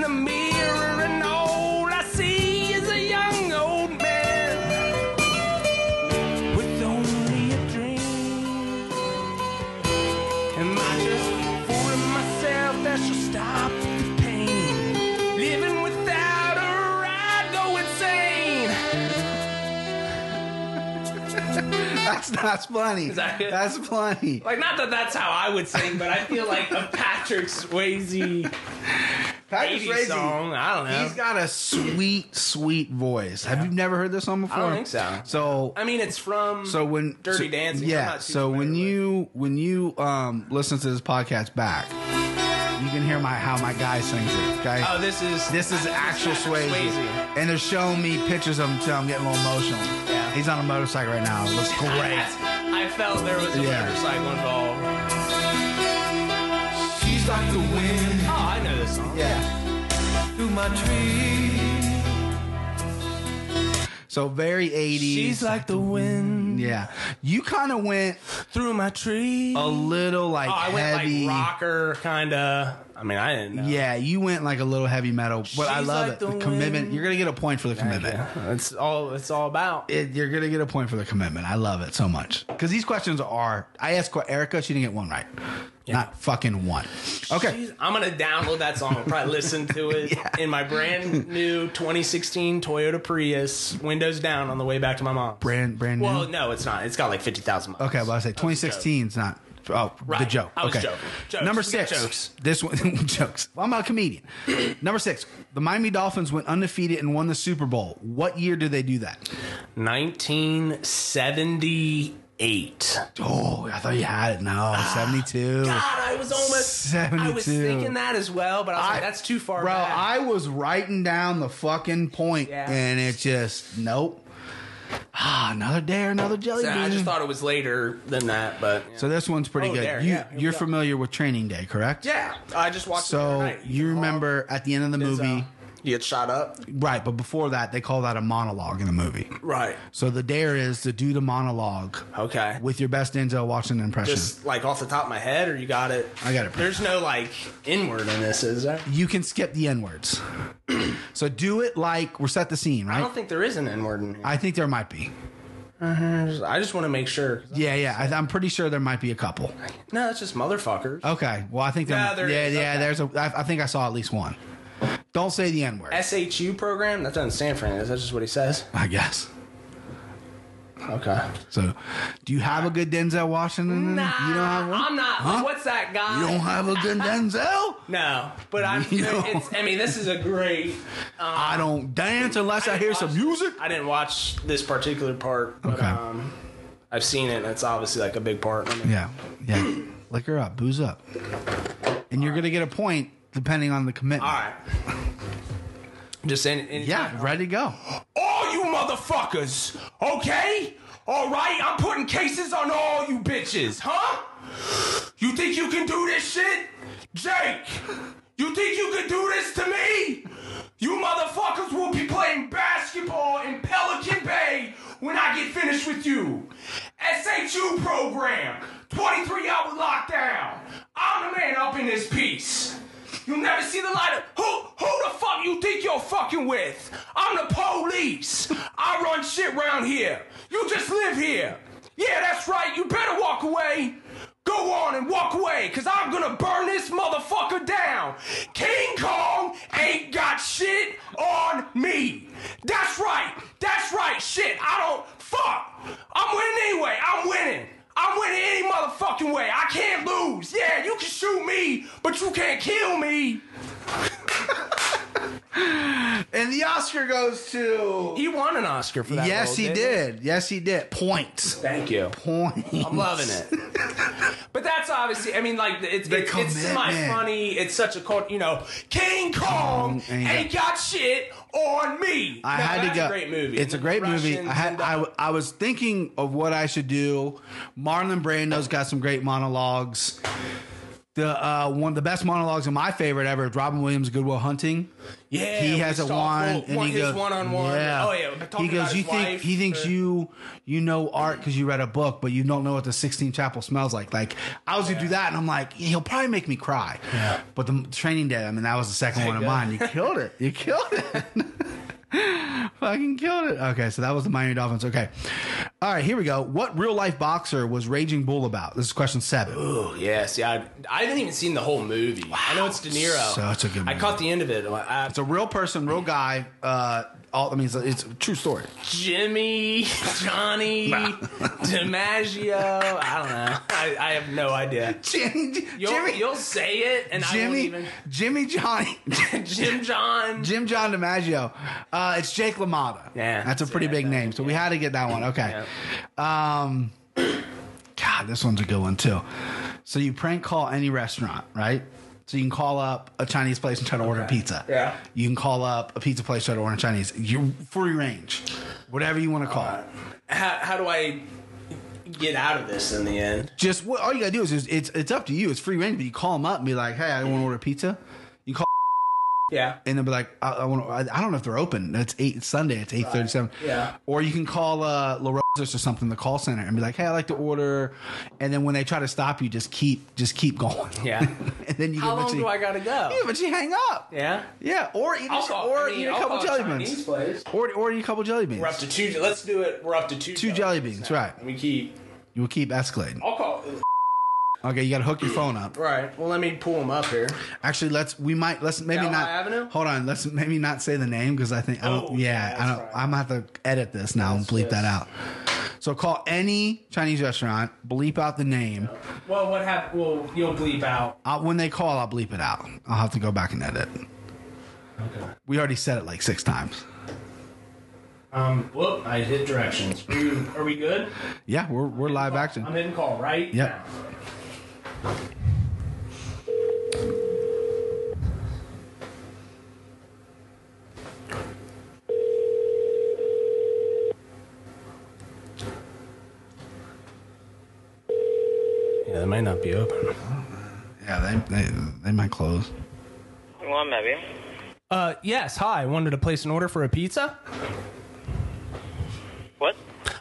[SPEAKER 3] the mirror, and all I see is a young old man with only a dream. Am I just fooling myself that she'll stop the pain? Living without her, I go insane.
[SPEAKER 2] That's that's funny.
[SPEAKER 3] that it?
[SPEAKER 2] That's funny.
[SPEAKER 3] Like, not that that's how I would sing, but I feel like a Patrick Swayze 80s
[SPEAKER 2] Patrick Swayze.
[SPEAKER 3] song. I don't know.
[SPEAKER 2] He's got a sweet, sweet voice. Have you never heard this song before?
[SPEAKER 3] think so.
[SPEAKER 2] So
[SPEAKER 3] I mean, it's from
[SPEAKER 2] so when
[SPEAKER 3] Dirty
[SPEAKER 2] so-
[SPEAKER 3] Dancing. I'm
[SPEAKER 2] yeah.
[SPEAKER 3] not too
[SPEAKER 2] So when
[SPEAKER 3] familiar
[SPEAKER 2] you when you um listen to this podcast back, you can hear my how my guy sings it. Okay.
[SPEAKER 3] oh, this is
[SPEAKER 2] this is actual Swayze.
[SPEAKER 3] Patrick
[SPEAKER 2] and they're showing me pictures of him too. I'm getting a little emotional.
[SPEAKER 3] Yeah.
[SPEAKER 2] He's on a motorcycle right now. It looks great.
[SPEAKER 3] I, I felt there was a
[SPEAKER 2] Yeah.
[SPEAKER 3] motorcycle involved.
[SPEAKER 6] She's like the wind
[SPEAKER 3] Oh, I know this song.
[SPEAKER 2] yeah.
[SPEAKER 6] through my tree.
[SPEAKER 2] So very 80s.
[SPEAKER 3] She's like the wind
[SPEAKER 2] yeah. You kind of went
[SPEAKER 3] through my tree.
[SPEAKER 2] a little like
[SPEAKER 3] Oh, I went
[SPEAKER 2] heavy.
[SPEAKER 3] like rocker kind of. I mean, I didn't know.
[SPEAKER 2] Yeah, you went like a little heavy metal, but I
[SPEAKER 3] She's
[SPEAKER 2] love
[SPEAKER 3] like
[SPEAKER 2] it. The,
[SPEAKER 3] the
[SPEAKER 2] commitment.
[SPEAKER 3] wind.
[SPEAKER 2] You're gonna get a point for the commitment.
[SPEAKER 3] That's all it's all about.
[SPEAKER 2] It, you're gonna get a point for the commitment. I love it so much because these questions are. I asked que- Erica, she didn't get one right, not fucking one. Okay,
[SPEAKER 3] Jeez, I'm gonna download that song and probably listen to it in my brand new 2016 Toyota Prius, windows down, on the way back to my mom.
[SPEAKER 2] brand brand new.
[SPEAKER 3] Well, no, it's not. It's got like 50,000 miles.
[SPEAKER 2] okay, well I say 2016 is not. Oh, the
[SPEAKER 3] Right.
[SPEAKER 2] joke.
[SPEAKER 3] I was
[SPEAKER 2] okay.
[SPEAKER 3] joking. Jokes.
[SPEAKER 2] Number
[SPEAKER 3] We got
[SPEAKER 2] six.
[SPEAKER 3] jokes.
[SPEAKER 2] This one jokes. Well, I'm a comedian. Number six. The Miami Dolphins went undefeated and won the Super Bowl. What year did they do that?
[SPEAKER 3] 1978. eight.
[SPEAKER 2] Oh, I thought you had it. No,
[SPEAKER 3] Ah,
[SPEAKER 2] 72.
[SPEAKER 3] I was almost. I was
[SPEAKER 2] 72.
[SPEAKER 3] thinking that as well, but I was
[SPEAKER 2] I-
[SPEAKER 3] like, that's too far.
[SPEAKER 2] Bro,
[SPEAKER 3] back.
[SPEAKER 2] I was writing down the fucking point,
[SPEAKER 3] Yeah.
[SPEAKER 2] and it just nope. Ah, another dare, another jelly bean.
[SPEAKER 3] I just thought it was later than that, but
[SPEAKER 2] so this one's pretty
[SPEAKER 3] Oh,
[SPEAKER 2] good.
[SPEAKER 3] dare,
[SPEAKER 2] you,
[SPEAKER 3] yeah, here we
[SPEAKER 2] you're
[SPEAKER 3] go.
[SPEAKER 2] familiar with Training Day, correct?
[SPEAKER 3] yeah, I just watched. it the other
[SPEAKER 2] So
[SPEAKER 3] night.
[SPEAKER 2] you remember at the end of the
[SPEAKER 3] It's, uh,
[SPEAKER 2] movie,
[SPEAKER 3] you get shot up,
[SPEAKER 2] right? But before that, they call that a monologue in the movie.
[SPEAKER 3] right?
[SPEAKER 2] So the dare is to do the monologue
[SPEAKER 3] Okay,
[SPEAKER 2] with your best Denzel Washington impression.
[SPEAKER 3] just like off the top of my head, or you got it?
[SPEAKER 2] I got it.
[SPEAKER 3] There's no like inward in this, is there?
[SPEAKER 2] you can skip the N words. so do it like we're set the scene,
[SPEAKER 3] I
[SPEAKER 2] right?
[SPEAKER 3] don't think there is an inward in here.
[SPEAKER 2] I think there might be.
[SPEAKER 3] I just want to make sure.
[SPEAKER 2] Yeah, yeah. I, I'm pretty sure there might be a couple.
[SPEAKER 3] No, that's just motherfuckers.
[SPEAKER 2] Okay. Well, I think there,
[SPEAKER 3] Yeah, there
[SPEAKER 2] yeah,
[SPEAKER 3] is.
[SPEAKER 2] yeah.
[SPEAKER 3] Okay.
[SPEAKER 2] There's a. I, I think I saw at least one. Don't say the N word.
[SPEAKER 3] SHU program? That doesn't stand for anything. That's just what he says.
[SPEAKER 2] I guess.
[SPEAKER 3] Okay.
[SPEAKER 2] So, do you have a good Denzel Washington? You don't have one.
[SPEAKER 3] I'm not.
[SPEAKER 2] Huh?
[SPEAKER 3] What's that guy?
[SPEAKER 2] You don't have a good Denzel.
[SPEAKER 3] no, but I'm.
[SPEAKER 2] You don't-
[SPEAKER 3] It's, I mean, this is a great.
[SPEAKER 2] I don't dance unless I,
[SPEAKER 3] I
[SPEAKER 2] hear
[SPEAKER 3] watched-
[SPEAKER 2] some music.
[SPEAKER 3] I didn't watch this particular part, but
[SPEAKER 2] Okay.
[SPEAKER 3] um, I've seen it, and it's obviously like a big part. I mean,
[SPEAKER 2] Yeah, yeah. Liquor up, booze up, and you're gonna get a point depending on the commitment.
[SPEAKER 3] All right. Just saying. any-
[SPEAKER 2] Yeah, ready to go.
[SPEAKER 3] All you motherfuckers, okay? All right, I'm putting cases on all you bitches, huh? You think you can do this shit? Jake, you think you can do this to me? You motherfuckers will be playing basketball in Pelican Bay when I get finished with you. SHU program, 23 hour lockdown. I'm the man up in this piece. You'll never see the light of who who the fuck you think you're fucking with? I'm the police. I run shit round here. You just live here. Yeah, that's right. You better walk away. Go on and walk away, cause I'm gonna burn this motherfucker down. King Kong ain't got shit on me. That's right. That's right. Shit. I don't fuck. I'm winning anyway. I'm winning. I'm winning any motherfucking way. I can't lose. Yeah, you can shoot me, but you can't kill me.
[SPEAKER 2] And the Oscar goes to.
[SPEAKER 3] He won an Oscar for that.
[SPEAKER 2] Yes,
[SPEAKER 3] role,
[SPEAKER 2] he
[SPEAKER 3] didn't
[SPEAKER 2] did. Yes, he did. Points.
[SPEAKER 3] Thank you.
[SPEAKER 2] Points.
[SPEAKER 3] I'm loving it. but that's obviously, I mean, like, it's,
[SPEAKER 2] The
[SPEAKER 3] it's, it's semi
[SPEAKER 2] commitment.
[SPEAKER 3] funny. It's such a cult, you know, King Kong
[SPEAKER 2] ain't
[SPEAKER 3] ain't,
[SPEAKER 2] got-
[SPEAKER 3] got shit on me.
[SPEAKER 2] I
[SPEAKER 3] No,
[SPEAKER 2] had to
[SPEAKER 3] that's
[SPEAKER 2] go.
[SPEAKER 3] A great movie.
[SPEAKER 2] It's a great movie.
[SPEAKER 3] Russians
[SPEAKER 2] I had.
[SPEAKER 3] and-
[SPEAKER 2] I, w- I was thinking of what I should do. Marlon Brando's got some great monologues. The uh, one of the best monologues and my favorite ever is Robin Williams' Goodwill Hunting.
[SPEAKER 3] yeah,
[SPEAKER 2] he
[SPEAKER 3] we
[SPEAKER 2] has a
[SPEAKER 3] saw
[SPEAKER 2] wand
[SPEAKER 3] full-
[SPEAKER 2] and
[SPEAKER 3] one,
[SPEAKER 2] he
[SPEAKER 3] his
[SPEAKER 2] goes
[SPEAKER 3] one on one.
[SPEAKER 2] Yeah.
[SPEAKER 3] Oh yeah, talking
[SPEAKER 2] he goes.
[SPEAKER 3] About
[SPEAKER 2] you
[SPEAKER 3] his
[SPEAKER 2] think
[SPEAKER 3] wife,
[SPEAKER 2] he thinks
[SPEAKER 3] or-
[SPEAKER 2] you you know art because you read a book, but you don't know what the Sixteen Chapel smells like. Like I was gonna do that, and I'm like, he'll probably make me cry. Yeah. But the Training Day, I mean, that was the second one of
[SPEAKER 3] God.
[SPEAKER 2] mine. You killed it. You killed it. Fucking killed it. Okay, so that was the Miami Dolphins. Okay. All right, here we go. What real life boxer was Raging Bull about? This is question seven.
[SPEAKER 3] Oh yeah, see, I I haven't even seen the whole movie. I know it's De Niro.
[SPEAKER 2] Such a good
[SPEAKER 3] I
[SPEAKER 2] movie.
[SPEAKER 3] caught the end of it. uh, I,
[SPEAKER 2] It's a real person, real guy. Uh, all, I mean, it's a, it's a true story.
[SPEAKER 3] Jimmy, Johnny, DiMaggio. I don't know. I, I have no idea.
[SPEAKER 2] Jimmy,
[SPEAKER 3] You'll, you'll say it, and I won't
[SPEAKER 2] Jimmy,
[SPEAKER 3] even.
[SPEAKER 2] Jimmy Johnny,
[SPEAKER 3] Jim John.
[SPEAKER 2] Jim John DiMaggio. Uh, it's Jake LaMotta.
[SPEAKER 3] Yeah.
[SPEAKER 2] that's a pretty
[SPEAKER 3] Yeah,
[SPEAKER 2] big
[SPEAKER 3] that-
[SPEAKER 2] name. So we had to get that one. Okay. Um, God, this one's a good one too. So you prank call any restaurant, right? So you can call up a Chinese place and try to order pizza.
[SPEAKER 3] Yeah.
[SPEAKER 2] You can call up a pizza place try to order Chinese. You're free range, whatever you want to call it.
[SPEAKER 3] How, how do I get out of this in the end?
[SPEAKER 2] Just what all you gotta do is, is it's it's up to you. It's free range, but you call them up and be like, hey, I want to order pizza. You call.
[SPEAKER 3] Yeah.
[SPEAKER 2] and they'll be like, I, I want. I, I don't know if they're open. It's eight it's Sunday. It's eight thirty-seven.
[SPEAKER 3] Yeah.
[SPEAKER 2] Or you can call uh, La Rosa's or something, the call center, and be like, Hey, I like to order. And then when they try to stop you, just keep, just keep going.
[SPEAKER 3] Yeah.
[SPEAKER 2] and then you
[SPEAKER 3] How
[SPEAKER 2] can
[SPEAKER 3] long
[SPEAKER 2] eventually,
[SPEAKER 3] do I gotta go?
[SPEAKER 2] Yeah, but you hang up.
[SPEAKER 3] Yeah.
[SPEAKER 2] Yeah. Or eat,
[SPEAKER 3] I'll
[SPEAKER 2] a,
[SPEAKER 3] call-
[SPEAKER 2] or
[SPEAKER 3] I mean,
[SPEAKER 2] eat a
[SPEAKER 3] I'll
[SPEAKER 2] couple
[SPEAKER 3] call
[SPEAKER 2] jelly
[SPEAKER 3] Chinese
[SPEAKER 2] beans.
[SPEAKER 3] place.
[SPEAKER 2] Or or eat a couple jelly beans.
[SPEAKER 3] We're up to two. Let's do it. We're up to two.
[SPEAKER 2] Two jelly beans, right?
[SPEAKER 3] Let me keep.
[SPEAKER 2] You will keep escalating.
[SPEAKER 3] I'll call.
[SPEAKER 2] Okay, you got to hook your phone up.
[SPEAKER 3] Right. Well, let me pull them up here.
[SPEAKER 2] Actually, let's. We might. Let's maybe
[SPEAKER 3] Delhi
[SPEAKER 2] not.
[SPEAKER 3] Avenue?
[SPEAKER 2] Hold on. Let's maybe not say the name because I think. I don't,
[SPEAKER 3] Oh,
[SPEAKER 2] yeah,
[SPEAKER 3] yeah,
[SPEAKER 2] I
[SPEAKER 3] that's
[SPEAKER 2] don't.
[SPEAKER 3] right.
[SPEAKER 2] I'm gonna have to edit this now and bleep that out. So call any Chinese restaurant, bleep out the name.
[SPEAKER 3] Well, what happened? Well, you'll bleep out.
[SPEAKER 2] I'll, when they call, I'll bleep it out. I'll have to go back and edit. Okay. We already said it like six times.
[SPEAKER 3] Um, whoop! I hit directions. Are we good?
[SPEAKER 2] Yeah, we're, we're live action.
[SPEAKER 3] I'm in call, right?
[SPEAKER 2] Yep.
[SPEAKER 3] now. Yeah, it might not be open.
[SPEAKER 2] Yeah, they, they, they might close.
[SPEAKER 5] One maybe.
[SPEAKER 3] Uh, yes. Hi, I wanted to place an order for a pizza.
[SPEAKER 5] What?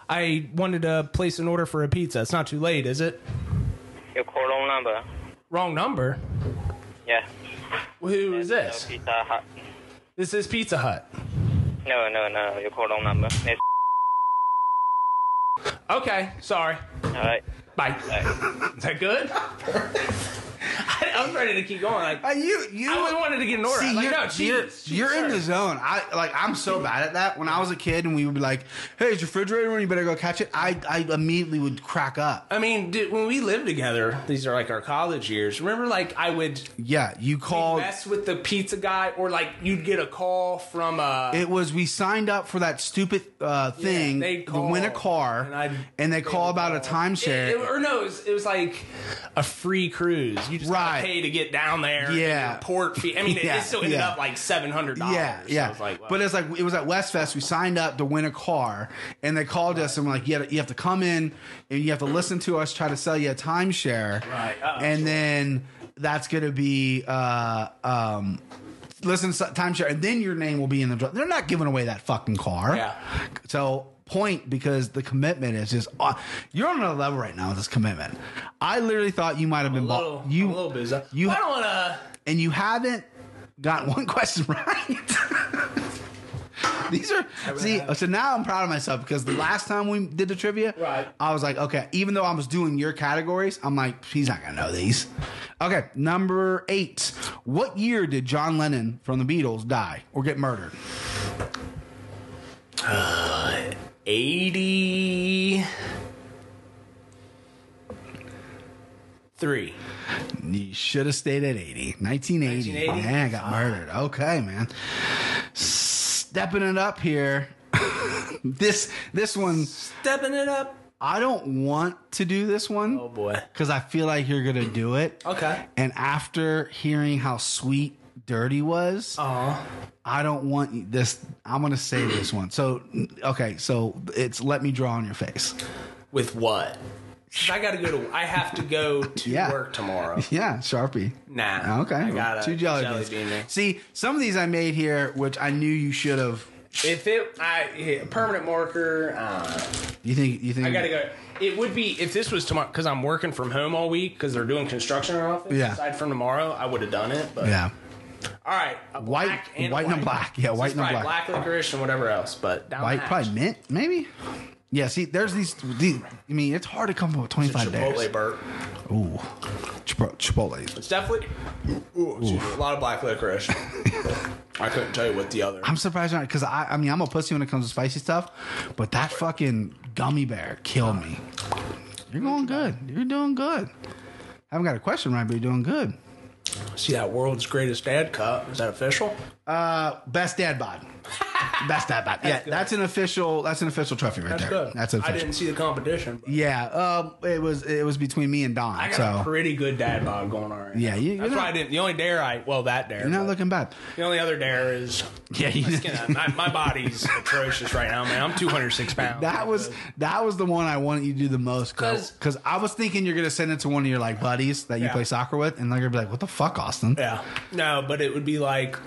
[SPEAKER 3] I wanted to place an order for a pizza. It's not too late, is it?
[SPEAKER 5] You call wrong number.
[SPEAKER 3] Wrong number.
[SPEAKER 5] Yeah.
[SPEAKER 3] Who is this?
[SPEAKER 5] No, Pizza Hut.
[SPEAKER 3] This is Pizza Hut.
[SPEAKER 5] No, no, no. You call wrong number. It's
[SPEAKER 3] Okay, sorry.
[SPEAKER 5] all right.
[SPEAKER 3] Bye. Is that good? I, I'm ready to keep going. Like,
[SPEAKER 2] Uh, you you
[SPEAKER 3] I wanted to get an order.
[SPEAKER 2] See,
[SPEAKER 3] I'm like,
[SPEAKER 2] you're,
[SPEAKER 3] no, cheese,
[SPEAKER 2] you're,
[SPEAKER 3] cheese,
[SPEAKER 2] you're in
[SPEAKER 3] sir.
[SPEAKER 2] the zone. I like. I'm so bad at that. When I was a kid, and we would be like, "Hey, is your refrigerator on? You better go catch it." I I immediately would crack up.
[SPEAKER 3] I mean, dude, when we lived together, these are like our college years. Remember, like I would
[SPEAKER 2] Yeah, you called.
[SPEAKER 3] mess with the pizza guy, or like you'd get a call from uh,
[SPEAKER 2] It was we signed up for that stupid uh, thing
[SPEAKER 3] they'd
[SPEAKER 2] to win a
[SPEAKER 3] call,
[SPEAKER 2] car,
[SPEAKER 3] and
[SPEAKER 2] and,
[SPEAKER 3] I'd-
[SPEAKER 2] they call about a timeshare.
[SPEAKER 3] It- it- or no, it was, it was like a free cruise. You just
[SPEAKER 2] Right.
[SPEAKER 3] gotta pay to get down there.
[SPEAKER 2] Yeah.
[SPEAKER 3] and port fee. I mean, it-
[SPEAKER 2] Yeah,
[SPEAKER 3] it still ended
[SPEAKER 2] yeah.
[SPEAKER 3] up like seven hundred dollars.
[SPEAKER 2] yeah, yeah.
[SPEAKER 3] So I was like, wow.
[SPEAKER 2] But it's like it was at Westfest. We signed up to win a car, and they called us and were like, "You have, you have to come in and you have to listen to us try to sell you a timeshare."
[SPEAKER 3] Right. Oh,
[SPEAKER 2] and then that's gonna be uh, um, listen to timeshare, and then your name will be in the. dr- They're not giving away that fucking car.
[SPEAKER 3] Yeah.
[SPEAKER 2] So point because the commitment is just uh, you're on another level right now with this commitment. I literally thought you might have been
[SPEAKER 3] a
[SPEAKER 2] bought.
[SPEAKER 3] little,
[SPEAKER 2] you
[SPEAKER 3] I'm a little busy.
[SPEAKER 2] you-
[SPEAKER 3] I don't want to.
[SPEAKER 2] and you haven't got one question right. These are see. So now I'm proud of myself because the last time we did the trivia,
[SPEAKER 3] Right.
[SPEAKER 2] I was like, okay, even though I was doing your categories, I'm like, he's not gonna know these. Okay, number eight. What year did John Lennon from the Beatles die or get murdered?
[SPEAKER 3] 83.
[SPEAKER 2] You should have stayed at 80. 1980.
[SPEAKER 3] 1980?
[SPEAKER 2] Yeah, got murdered. Okay, man. Stepping it up here. this this one,
[SPEAKER 3] Stepping it up.
[SPEAKER 2] I don't want to do this one.
[SPEAKER 3] Oh boy.
[SPEAKER 2] because I feel like you're gonna do it.
[SPEAKER 3] Okay.
[SPEAKER 2] And after hearing how sweet Dirty was,
[SPEAKER 3] Aw.
[SPEAKER 2] I don't want you- this. I'm gonna say this one. So, okay, so it's let me draw on your face.
[SPEAKER 3] With what? 'Cause I gotta go to. I have to go to
[SPEAKER 2] Yeah.
[SPEAKER 3] work tomorrow.
[SPEAKER 2] Yeah, Sharpie.
[SPEAKER 3] Nah.
[SPEAKER 2] Okay,
[SPEAKER 3] I gotta
[SPEAKER 2] two jelly,
[SPEAKER 3] jelly
[SPEAKER 2] beans.
[SPEAKER 3] bean there.
[SPEAKER 2] See, some of these I made here, which I knew you should have.
[SPEAKER 3] If it, I yeah, permanent marker. Uh,
[SPEAKER 2] You think? You think?
[SPEAKER 3] I gotta go. It would be if this was tomorrow because I'm working from home all week because they're doing construction in our office.
[SPEAKER 2] Yeah.
[SPEAKER 3] Aside from tomorrow, I would have done it. But
[SPEAKER 2] Yeah.
[SPEAKER 3] All right. a
[SPEAKER 2] White-
[SPEAKER 3] black and a
[SPEAKER 2] white and a black. Yeah,
[SPEAKER 3] This
[SPEAKER 2] white
[SPEAKER 3] is
[SPEAKER 2] and a
[SPEAKER 3] probably
[SPEAKER 2] black.
[SPEAKER 3] licorice and whatever else. But down
[SPEAKER 2] White,
[SPEAKER 3] the hatch.
[SPEAKER 2] probably mint, maybe. Yeah. See, there's these. these I mean, it's hard to come up with 25
[SPEAKER 3] Chipotle
[SPEAKER 2] days.
[SPEAKER 3] burp.
[SPEAKER 2] Ooh, Chipo- Chipotle.
[SPEAKER 3] It's definitely ooh, excuse me, a lot of black licorice. I couldn't tell you what the other.
[SPEAKER 2] I'm surprised not because I, I mean I'm a pussy when it comes to spicy stuff, but that fucking gummy bear killed me. You're going good. You're doing good. I haven't got a question right, but you're doing good.
[SPEAKER 3] See that world's greatest dad cup? Is that official?
[SPEAKER 2] Uh, best dad bod. Best dad bod. Yeah,
[SPEAKER 3] good.
[SPEAKER 2] that's an official. That's an official trophy right
[SPEAKER 3] That's
[SPEAKER 2] there.
[SPEAKER 3] good.
[SPEAKER 2] That's an
[SPEAKER 3] I
[SPEAKER 2] official.
[SPEAKER 3] didn't see the competition. but
[SPEAKER 2] Yeah, um, it was it was between me and Don.
[SPEAKER 3] I got
[SPEAKER 2] so
[SPEAKER 3] a pretty good dad bod going on right
[SPEAKER 2] Oh. Yeah,
[SPEAKER 3] now.
[SPEAKER 2] you- you're
[SPEAKER 3] That's
[SPEAKER 2] not-
[SPEAKER 3] why I didn't. The only dare I well that dare.
[SPEAKER 2] you're not
[SPEAKER 3] but
[SPEAKER 2] looking bad.
[SPEAKER 3] the only other dare is
[SPEAKER 2] Yeah, you
[SPEAKER 3] you know, my, my body's atrocious right now, man. I'm 206 pounds.
[SPEAKER 2] That was that was the one I wanted you to do the most
[SPEAKER 3] 'Cause-
[SPEAKER 2] because I was thinking you're gonna send it to one of your like buddies that you
[SPEAKER 3] Yeah.
[SPEAKER 2] play soccer with, and they're gonna be like, "What the fuck, Austin?"
[SPEAKER 3] Yeah. No, but it would be like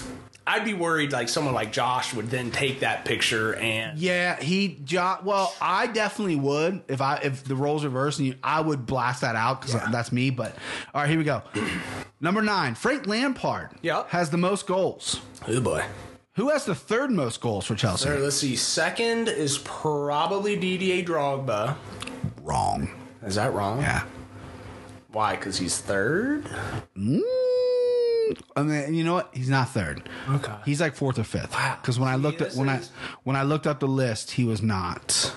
[SPEAKER 3] I'd be worried like someone like Josh would then take that picture and
[SPEAKER 2] Yeah, he jo- well, I definitely would if I if the roles reversed and you, I would blast that out because that's me. But all right, here we go. Number nine, Frank Lampard.
[SPEAKER 3] Yep.
[SPEAKER 2] has the most goals.
[SPEAKER 3] Oh boy.
[SPEAKER 2] Who has the third most goals for Chelsea?
[SPEAKER 3] All right, let's see. Second is probably DDA Drogba.
[SPEAKER 2] Wrong.
[SPEAKER 3] Is that wrong?
[SPEAKER 2] Yeah.
[SPEAKER 3] Why? Because he's third.
[SPEAKER 2] Mm, I mean, you know what? He's not third.
[SPEAKER 3] Okay.
[SPEAKER 2] He's like fourth or fifth.
[SPEAKER 3] Wow.
[SPEAKER 2] Because when I
[SPEAKER 3] See,
[SPEAKER 2] looked at
[SPEAKER 3] this
[SPEAKER 2] when
[SPEAKER 3] is-
[SPEAKER 2] I when I looked up the list, he was not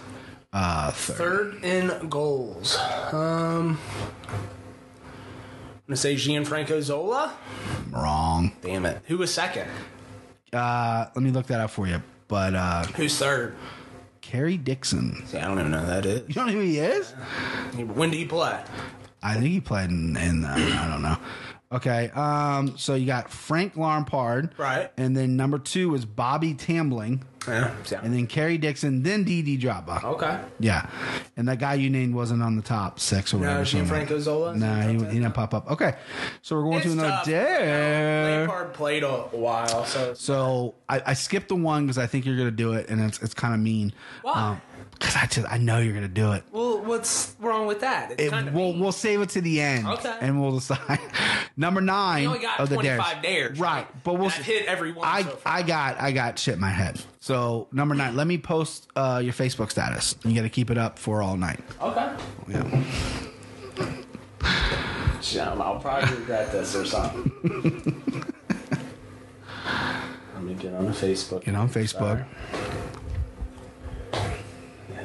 [SPEAKER 2] uh, third.
[SPEAKER 3] Third in goals. Um, I'm gonna say Gianfranco Zola.
[SPEAKER 2] Wrong.
[SPEAKER 3] Damn it. Who was second?
[SPEAKER 2] Uh, let me look that up for you. But uh,
[SPEAKER 3] Who's third?
[SPEAKER 2] Kerry Dixon.
[SPEAKER 3] See, I don't even know who that is.
[SPEAKER 2] You know who he is?
[SPEAKER 3] When do you play?
[SPEAKER 2] I think he played in, in uh, I don't know. Okay, um, so you got Frank Lampard,
[SPEAKER 3] Right.
[SPEAKER 2] And then number two was Bobby Tambling,
[SPEAKER 3] Yeah. see,
[SPEAKER 2] and then Kerry Dixon, then D.D. Dropbox.
[SPEAKER 3] okay.
[SPEAKER 2] Yeah, and that guy you named wasn't on the top six or whatever.
[SPEAKER 3] is he
[SPEAKER 2] so-
[SPEAKER 3] Franco Zola? Is
[SPEAKER 2] No,
[SPEAKER 3] he
[SPEAKER 2] he,
[SPEAKER 3] top ten?
[SPEAKER 2] he didn't pop up. Okay, so we're going to another
[SPEAKER 3] tough.
[SPEAKER 2] dare.
[SPEAKER 3] Lampard played a while, so
[SPEAKER 2] So I, I skipped the one because I think you're gonna do it, and it's it's kind of mean.
[SPEAKER 3] Why?
[SPEAKER 2] Because I just I know you're gonna do it.
[SPEAKER 3] well, what's wrong with that? It's
[SPEAKER 2] It-
[SPEAKER 3] kind of
[SPEAKER 2] we'll
[SPEAKER 3] mean.
[SPEAKER 2] we'll save it to the end,
[SPEAKER 3] Okay.
[SPEAKER 2] and we'll decide. Number nine
[SPEAKER 3] We only got
[SPEAKER 2] of the
[SPEAKER 3] 25 dares,
[SPEAKER 2] right?
[SPEAKER 3] right?
[SPEAKER 2] But we'll
[SPEAKER 3] And I've hit every one
[SPEAKER 2] I
[SPEAKER 3] so far.
[SPEAKER 2] I got I got shit in my head. So number nine, let me post uh, your Facebook status. You got to keep it up for all night.
[SPEAKER 3] okay.
[SPEAKER 2] Yeah.
[SPEAKER 3] Shit, I'll probably regret this or something. Let me get on Facebook.
[SPEAKER 2] Get on Facebook.
[SPEAKER 3] Sorry.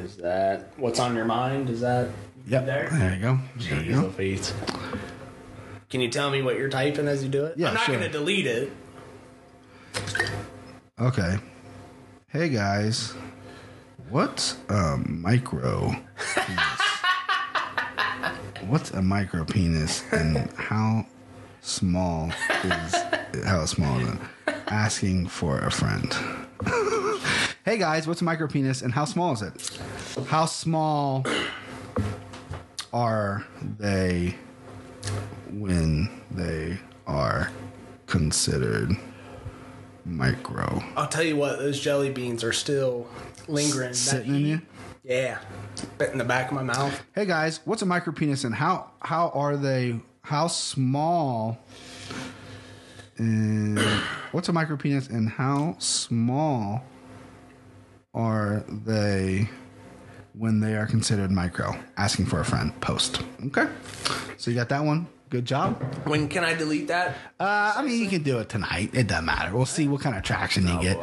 [SPEAKER 3] Is that what's on your mind? Is that
[SPEAKER 2] Yep.
[SPEAKER 3] There?
[SPEAKER 2] you go. There you go.
[SPEAKER 3] feet? Can you tell me what you're typing as you do it?
[SPEAKER 2] Yeah,
[SPEAKER 3] I'm not
[SPEAKER 2] sure.
[SPEAKER 3] gonna delete it.
[SPEAKER 2] Okay. Hey guys, what's a micro? penis? what's a micro penis, and how small is how small is it? Asking for a friend. hey guys, what's a micro penis, and how small is it? How small are they when they are considered micro?
[SPEAKER 3] I'll tell you what, those jelly beans are still lingering.
[SPEAKER 2] sitting in you.
[SPEAKER 3] Yeah, bit in the back of my mouth.
[SPEAKER 2] Hey guys, what's a micro penis and how how are they? How small? And what's a micro penis and how small are they when they are considered micro? Asking for a friend. Post. Okay. So you got that one. Good job.
[SPEAKER 3] When can I delete that?
[SPEAKER 2] Uh, I mean, you can do it tonight. It doesn't matter. We'll see what kind of traction you get.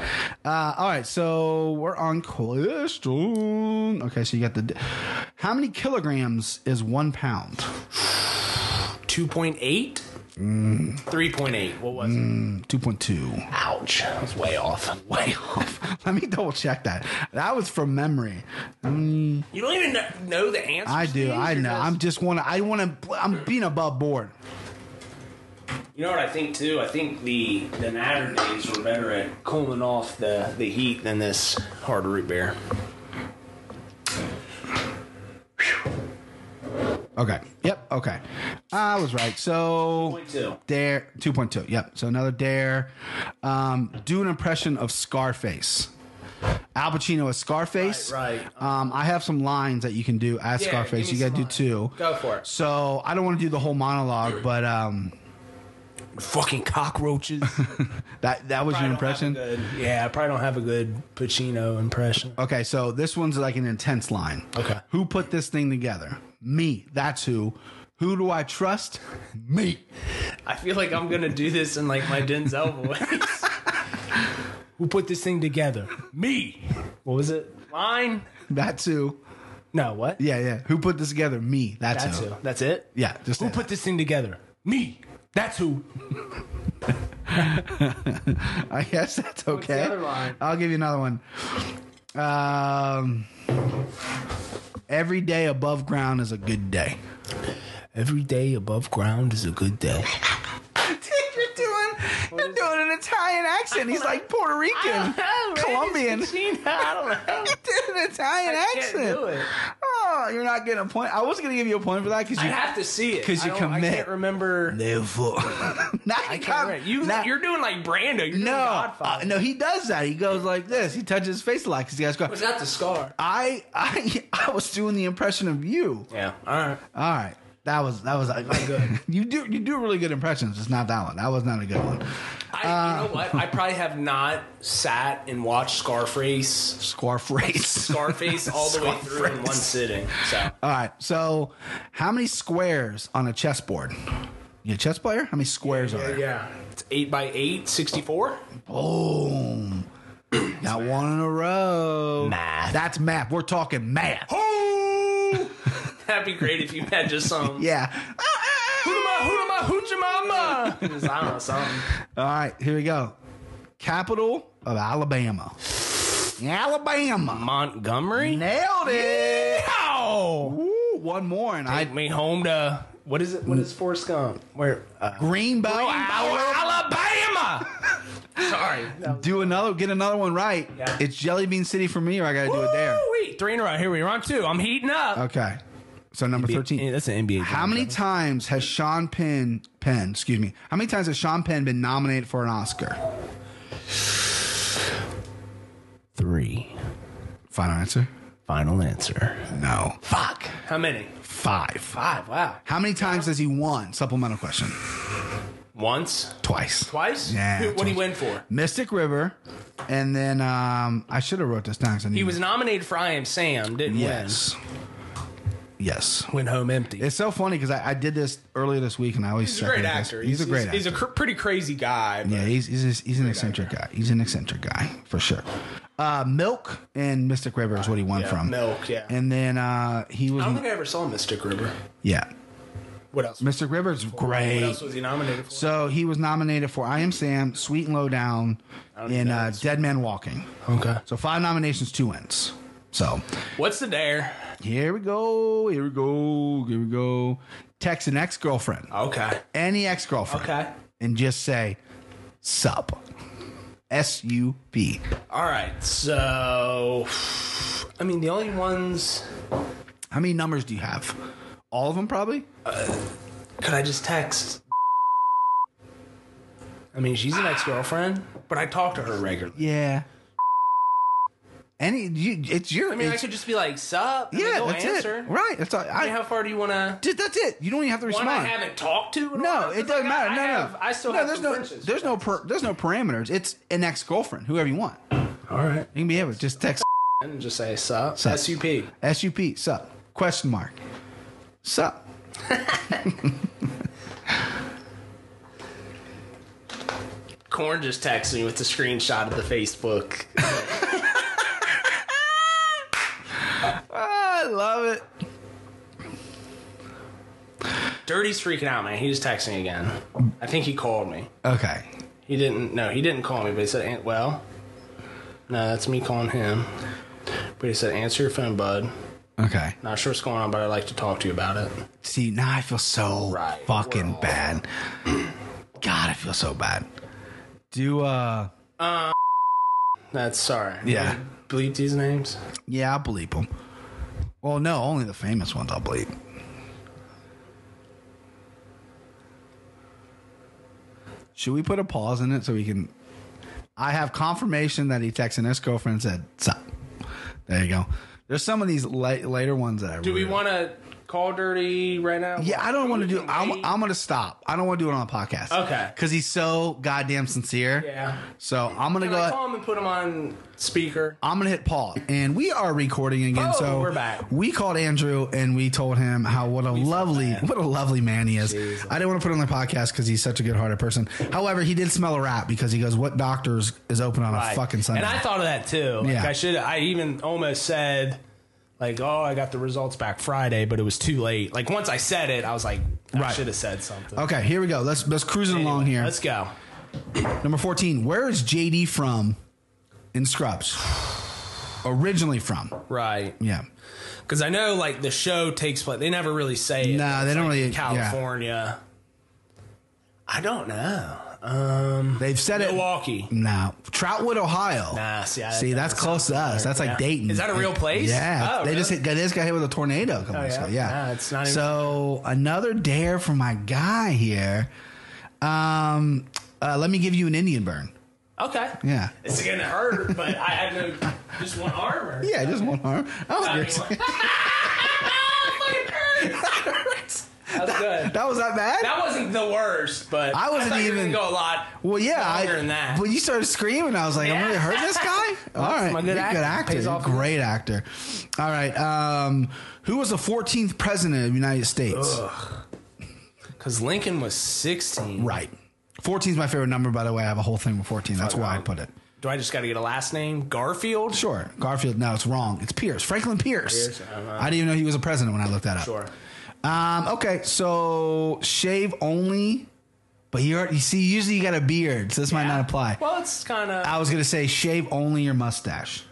[SPEAKER 2] Uh, all right, so we're on question. Okay, so you got the. How many kilograms is one pound?
[SPEAKER 3] Two point eight. Three point eight. What was it?
[SPEAKER 2] Two point two.
[SPEAKER 3] Ouch! That was way off. Way off.
[SPEAKER 2] Let me double check that. That was from memory. Mm,
[SPEAKER 3] You don't even kn- know the answer.
[SPEAKER 2] I do. I know. I'm just want to. I want to. I'm being above board.
[SPEAKER 3] You know what I think too? I think the the Natter days were better at cooling off the the heat than this hard root beer.
[SPEAKER 2] Okay. Yep. Okay. I was right. So.
[SPEAKER 3] Point two.
[SPEAKER 2] Dare 2.2. Yep. So another dare. Um, do an impression of Scarface. Al Pacino as Scarface.
[SPEAKER 3] Right, right.
[SPEAKER 2] Um, I have some lines that you can do as
[SPEAKER 3] Yeah,
[SPEAKER 2] Scarface. You
[SPEAKER 3] give me
[SPEAKER 2] got to do
[SPEAKER 3] some
[SPEAKER 2] two.
[SPEAKER 3] Go for it.
[SPEAKER 2] So I don't want to do the whole monologue, but um,
[SPEAKER 3] Fucking cockroaches.
[SPEAKER 2] that that was your impression.
[SPEAKER 3] yeah, I probably don't have a good Pacino impression.
[SPEAKER 2] Okay, so this one's like an intense line.
[SPEAKER 3] Okay.
[SPEAKER 2] Who put this thing together? Me. That's who. Who do I trust? Me.
[SPEAKER 3] I feel like I'm gonna do this in like my Denzel voice. Who put this thing together? Me. What was it? Mine.
[SPEAKER 2] That's who.
[SPEAKER 3] No, what?
[SPEAKER 2] Yeah, yeah. Who put this together? Me. That's,
[SPEAKER 3] That's
[SPEAKER 2] who.
[SPEAKER 3] who. That's it.
[SPEAKER 2] Yeah, just say
[SPEAKER 3] Who
[SPEAKER 2] that.
[SPEAKER 3] put this thing together? Me. That's who.
[SPEAKER 2] I guess that's okay.
[SPEAKER 3] the other line?
[SPEAKER 2] I'll give you another one. Um, every day above ground is a good day.
[SPEAKER 3] Every day above ground is a good day.
[SPEAKER 2] Dude, you're doing you're doing an Italian accent. He's like Puerto Rican, Colombian. Dude,
[SPEAKER 3] I don't know.
[SPEAKER 2] an Italian
[SPEAKER 3] Can't do
[SPEAKER 2] accent.
[SPEAKER 3] it.
[SPEAKER 2] Oh, you're not getting a point. I was gonna give you a point for that because
[SPEAKER 3] I
[SPEAKER 2] you.
[SPEAKER 3] have to see it
[SPEAKER 2] 'Cause
[SPEAKER 3] I
[SPEAKER 2] you
[SPEAKER 3] don't- I
[SPEAKER 2] commit.
[SPEAKER 3] can't remember.
[SPEAKER 2] Therefore, now you
[SPEAKER 3] I can't
[SPEAKER 2] got
[SPEAKER 3] remember. You,
[SPEAKER 2] now-
[SPEAKER 3] you're doing like Brando. You're doing
[SPEAKER 2] no, uh,
[SPEAKER 3] Godfather.
[SPEAKER 2] no. He does that. He goes like this. He touches his face a lot because he has.
[SPEAKER 3] Was that the scar?
[SPEAKER 2] I, I, I was doing the impression of you.
[SPEAKER 3] Yeah. All right.
[SPEAKER 2] All right. That was that was like good. you do you do really good impressions. It's not that one. That was not a good one.
[SPEAKER 3] I,
[SPEAKER 2] Uh,
[SPEAKER 3] you know what? I probably have not sat and watched Scarface,
[SPEAKER 2] Scarface.
[SPEAKER 3] Scarface all the way through in one sitting. So
[SPEAKER 2] All right. So, how many squares on a chessboard? You a chess player? How many squares are there?
[SPEAKER 3] yeah, it's eight by eight, 64.
[SPEAKER 2] Boom. Got one in a row.
[SPEAKER 3] Math.
[SPEAKER 2] That's math. We're talking math.
[SPEAKER 3] That'd be great if you had just some.
[SPEAKER 2] Yeah.
[SPEAKER 3] Hootama, hootama, hoocha mama. Just, I don't know something.
[SPEAKER 2] All right. Here we go. Capital of Alabama. Alabama.
[SPEAKER 3] Montgomery.
[SPEAKER 2] Nailed it.
[SPEAKER 3] No.
[SPEAKER 2] Ooh, one more, and
[SPEAKER 3] Take
[SPEAKER 2] I
[SPEAKER 3] me home to what is it? What is Forrest Gump? Where? Uh,
[SPEAKER 2] Greenbow, Alabama.
[SPEAKER 3] Alabama. Sorry. That was-
[SPEAKER 2] Do another, get another one right.
[SPEAKER 3] Yeah.
[SPEAKER 2] It's Jelly Bean City for me, or I gotta do it there.
[SPEAKER 3] Woo-wee. Three in a row. Here we are on two. I'm heating up.
[SPEAKER 2] Okay. So number
[SPEAKER 3] Yeah,
[SPEAKER 2] thirteen.
[SPEAKER 3] that's an NBA.
[SPEAKER 2] How many times has Sean Penn Penn, excuse me, how many times has Sean Penn been nominated for an Oscar?
[SPEAKER 3] Three.
[SPEAKER 2] Final answer?
[SPEAKER 3] Final answer.
[SPEAKER 2] No.
[SPEAKER 3] Fuck. How many?
[SPEAKER 2] Five.
[SPEAKER 3] Five. Wow.
[SPEAKER 2] How many times has he won? Supplemental question.
[SPEAKER 3] Once.
[SPEAKER 2] Twice.
[SPEAKER 3] Twice.
[SPEAKER 2] Yeah,
[SPEAKER 3] Who- What did he
[SPEAKER 2] twice.
[SPEAKER 3] win for?
[SPEAKER 2] Mystic River, and then um, I should have wrote this down. 'cause I knew
[SPEAKER 3] He was nominated for I Am Sam. Didn't
[SPEAKER 2] yes, yes.
[SPEAKER 3] win. Went home empty.
[SPEAKER 2] It's so funny because I, I did this earlier this week, and I always
[SPEAKER 3] He's a
[SPEAKER 2] check
[SPEAKER 3] great
[SPEAKER 2] it 'cause
[SPEAKER 3] actor.
[SPEAKER 2] He's, a great actor.
[SPEAKER 3] He's a cr- pretty crazy guy. But
[SPEAKER 2] yeah, he's he's, he's, he's an eccentric guy. He's an eccentric guy for sure. Uh, Milk and Mystic River is what he won from.
[SPEAKER 3] Milk, yeah.
[SPEAKER 2] And then uh, he was
[SPEAKER 3] I don't think I ever saw Mystic River.
[SPEAKER 2] yeah.
[SPEAKER 3] What else?
[SPEAKER 2] Mystic River's
[SPEAKER 3] What
[SPEAKER 2] great.
[SPEAKER 3] else was he nominated for?
[SPEAKER 2] So he was nominated for I Am Sam, Sweet and Low Down, and uh, Dead Man Walking.
[SPEAKER 3] Okay.
[SPEAKER 2] So five nominations, two wins. So
[SPEAKER 3] What's the dare?
[SPEAKER 2] Here we go. Here we go. Here we go. Text an ex girlfriend,
[SPEAKER 3] Okay.
[SPEAKER 2] any ex girlfriend,
[SPEAKER 3] Okay.
[SPEAKER 2] and just say sup. S U B.
[SPEAKER 3] All right. So, I mean, the only ones.
[SPEAKER 2] How many numbers do you have? All of them, probably.
[SPEAKER 3] Could I just text? I mean, she's an ex girlfriend, but I talk to her regularly.
[SPEAKER 2] Yeah. Any? You, it's your.
[SPEAKER 3] I mean, I
[SPEAKER 2] it's-
[SPEAKER 3] could just be like, "Sup?" and
[SPEAKER 2] yeah,
[SPEAKER 3] they'll
[SPEAKER 2] that's
[SPEAKER 3] answer.
[SPEAKER 2] it. Right. That's all.
[SPEAKER 3] I
[SPEAKER 2] I,
[SPEAKER 3] mean, how far do you want to?
[SPEAKER 2] just, that's it. You don't even have to
[SPEAKER 3] One
[SPEAKER 2] respond.
[SPEAKER 3] I haven't talked to. in
[SPEAKER 2] no,
[SPEAKER 3] a while,
[SPEAKER 2] it
[SPEAKER 3] 'cause, like,
[SPEAKER 2] doesn't matter.
[SPEAKER 3] I,
[SPEAKER 2] no,
[SPEAKER 3] I
[SPEAKER 2] no.
[SPEAKER 3] have- I still
[SPEAKER 2] no,
[SPEAKER 3] have
[SPEAKER 2] there's
[SPEAKER 3] some
[SPEAKER 2] no,
[SPEAKER 3] friendships.
[SPEAKER 2] there's no, per, there's no parameters. It's an ex girlfriend, whoever you want. You
[SPEAKER 3] All right,
[SPEAKER 2] can be able to just text
[SPEAKER 3] and just say "sup."
[SPEAKER 2] Sup.
[SPEAKER 3] S U P.
[SPEAKER 2] SUP, sup? Question mark. Sup.
[SPEAKER 3] Corn just texted me with the screenshot of the Facebook.
[SPEAKER 2] I love it.
[SPEAKER 3] Dirty's freaking out, man. He just texted me again. I think he called me.
[SPEAKER 2] Okay.
[SPEAKER 3] He didn't. No, he didn't call me, but he said, "An- "Well, no, that's me calling him." But he said, "Answer your phone, bud.
[SPEAKER 2] Okay.
[SPEAKER 3] Not sure what's going on, but I'd like to talk to you about it."
[SPEAKER 2] See, now I feel so
[SPEAKER 3] Right.
[SPEAKER 2] fucking
[SPEAKER 3] We're all-
[SPEAKER 2] bad. God, I feel so bad. Do uh
[SPEAKER 3] That's sorry.
[SPEAKER 2] Yeah.
[SPEAKER 3] Bleep these names.
[SPEAKER 2] Yeah, I'll bleep them. Well, no, only the famous ones I'll bleep. Should we put a pause in it so we can? I have confirmation that he texted his girlfriend and said, "Sup." There you go. There's some of these la- later ones that I
[SPEAKER 3] Do we
[SPEAKER 2] really-
[SPEAKER 3] want to call Dirty right now?
[SPEAKER 2] Yeah, I don't want to do. I'm,
[SPEAKER 3] Wait.
[SPEAKER 2] I'm gonna stop. I don't want to do it on the podcast.
[SPEAKER 3] Okay.
[SPEAKER 2] Because he's so goddamn sincere.
[SPEAKER 3] Yeah.
[SPEAKER 2] So I'm gonna
[SPEAKER 3] Can
[SPEAKER 2] go.
[SPEAKER 3] I
[SPEAKER 2] ahead-
[SPEAKER 3] call him and put him on speaker?
[SPEAKER 2] I'm gonna hit pause, and we are recording again.
[SPEAKER 3] Oh,
[SPEAKER 2] so
[SPEAKER 3] we're back.
[SPEAKER 2] We called Andrew, and we told him how what a lovely, what a lovely man he is. I didn't want to put him on the podcast because he's such a good-hearted person. However, he did smell a rat because he goes, "What doctors is open on a
[SPEAKER 3] Right.
[SPEAKER 2] fucking Sunday?"
[SPEAKER 3] And I thought of that too. Like
[SPEAKER 2] Yeah.
[SPEAKER 3] I should. I even almost said, like, "Oh, I got the results back Friday," but it was too late. Like once I said it, I was like, "I
[SPEAKER 2] Right.
[SPEAKER 3] should have said something."
[SPEAKER 2] okay, here we go. Let's let's cruise it along here.
[SPEAKER 3] Let's go.
[SPEAKER 2] Number fourteen. Where is JD from? In Scrubs, originally from.
[SPEAKER 3] Right.
[SPEAKER 2] Yeah.
[SPEAKER 3] Because I know like the show takes place. They never really say it.
[SPEAKER 2] Nah, they
[SPEAKER 3] It's,
[SPEAKER 2] don't
[SPEAKER 3] like,
[SPEAKER 2] really-
[SPEAKER 3] in California. I don't know. Um,
[SPEAKER 2] They've said it.
[SPEAKER 3] Milwaukee.
[SPEAKER 2] No, Troutwood, Ohio.
[SPEAKER 3] Nah, see, I-
[SPEAKER 2] see, that's close to us. That's like
[SPEAKER 3] Yeah.
[SPEAKER 2] Dayton.
[SPEAKER 3] Is that a real place?
[SPEAKER 2] Yeah,
[SPEAKER 3] Oh,
[SPEAKER 2] they just
[SPEAKER 3] really? Oh,
[SPEAKER 2] hit, they just got hit with a tornado. a couple months
[SPEAKER 3] yeah?
[SPEAKER 2] ago. yeah.
[SPEAKER 3] Nah, it's not even-
[SPEAKER 2] so another dare from my guy here. Um, uh, let me give you an Indian burn.
[SPEAKER 3] Okay.
[SPEAKER 2] Yeah,
[SPEAKER 3] It's gonna hurt, but I have no just one arm. Or
[SPEAKER 2] yeah, just one arm. That was,
[SPEAKER 3] I mean,
[SPEAKER 2] weird.
[SPEAKER 3] what- That's good.
[SPEAKER 2] That was that bad.
[SPEAKER 3] That wasn't the worst, but
[SPEAKER 2] I wasn't
[SPEAKER 3] thought you were
[SPEAKER 2] even-
[SPEAKER 3] gonna go a lot.
[SPEAKER 2] well, yeah, I,
[SPEAKER 3] longer than that.
[SPEAKER 2] when you started screaming, I was like, "I'm
[SPEAKER 3] Yeah.
[SPEAKER 2] gonna hurt this guy." All right,
[SPEAKER 3] my good
[SPEAKER 2] You're a
[SPEAKER 3] acting.
[SPEAKER 2] good actor,
[SPEAKER 3] Pays
[SPEAKER 2] You're a
[SPEAKER 3] off.
[SPEAKER 2] great actor. All right, um, who was the 14th president of the United States?
[SPEAKER 3] Because Lincoln was sixteen.
[SPEAKER 2] Right. 14 is my favorite number, by the way. I have a whole thing with 14. That's why I put it.
[SPEAKER 3] Do I just got to get a last name? Garfield.
[SPEAKER 2] Sure. Garfield, no, it's wrong. It's Pierce. Franklin Pierce.
[SPEAKER 3] Pierce, I don't know.
[SPEAKER 2] I didn't even know he was a president when I looked that up.
[SPEAKER 3] Sure.
[SPEAKER 2] Um, okay, so shave only, but you're, you see, usually you got a beard, so this might not apply.
[SPEAKER 3] Well, it's kind of.
[SPEAKER 2] I was going to say shave only your mustache.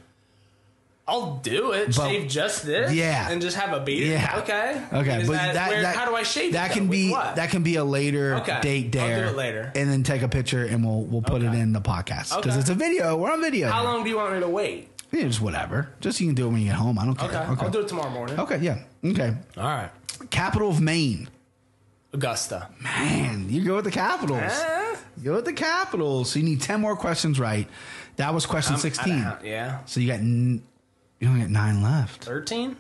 [SPEAKER 3] I'll do it.
[SPEAKER 2] But-
[SPEAKER 3] shave just this,
[SPEAKER 2] Yeah.
[SPEAKER 3] and just have a beard.
[SPEAKER 2] Yeah.
[SPEAKER 3] Okay.
[SPEAKER 2] Okay,
[SPEAKER 3] Is
[SPEAKER 2] but
[SPEAKER 3] that,
[SPEAKER 2] that,
[SPEAKER 3] where,
[SPEAKER 2] that-
[SPEAKER 3] how do I shave? it,
[SPEAKER 2] That
[SPEAKER 3] though?
[SPEAKER 2] can
[SPEAKER 3] With
[SPEAKER 2] be
[SPEAKER 3] what?
[SPEAKER 2] that can be a later
[SPEAKER 3] Okay,
[SPEAKER 2] date
[SPEAKER 3] I'll do
[SPEAKER 2] dare.
[SPEAKER 3] it later.
[SPEAKER 2] and then take a picture and we'll we'll put it
[SPEAKER 3] Okay.
[SPEAKER 2] in the podcast because
[SPEAKER 3] Okay.
[SPEAKER 2] it's a video. We're on video.
[SPEAKER 3] How long do you want me to wait?
[SPEAKER 2] Yeah, just whatever. Just you can do it when you get home. I don't care.
[SPEAKER 3] Okay, I'll do it tomorrow morning.
[SPEAKER 2] Okay, yeah. Okay.
[SPEAKER 3] All right,
[SPEAKER 2] Capital of Maine.
[SPEAKER 3] Augusta.
[SPEAKER 2] Man, you go with the capitals.
[SPEAKER 3] Eh?
[SPEAKER 2] You go with the capitals. So you need ten more questions right. That was question sixteen.
[SPEAKER 3] Out of- yeah,
[SPEAKER 2] So you got n- you only got nine left.
[SPEAKER 3] thirteen.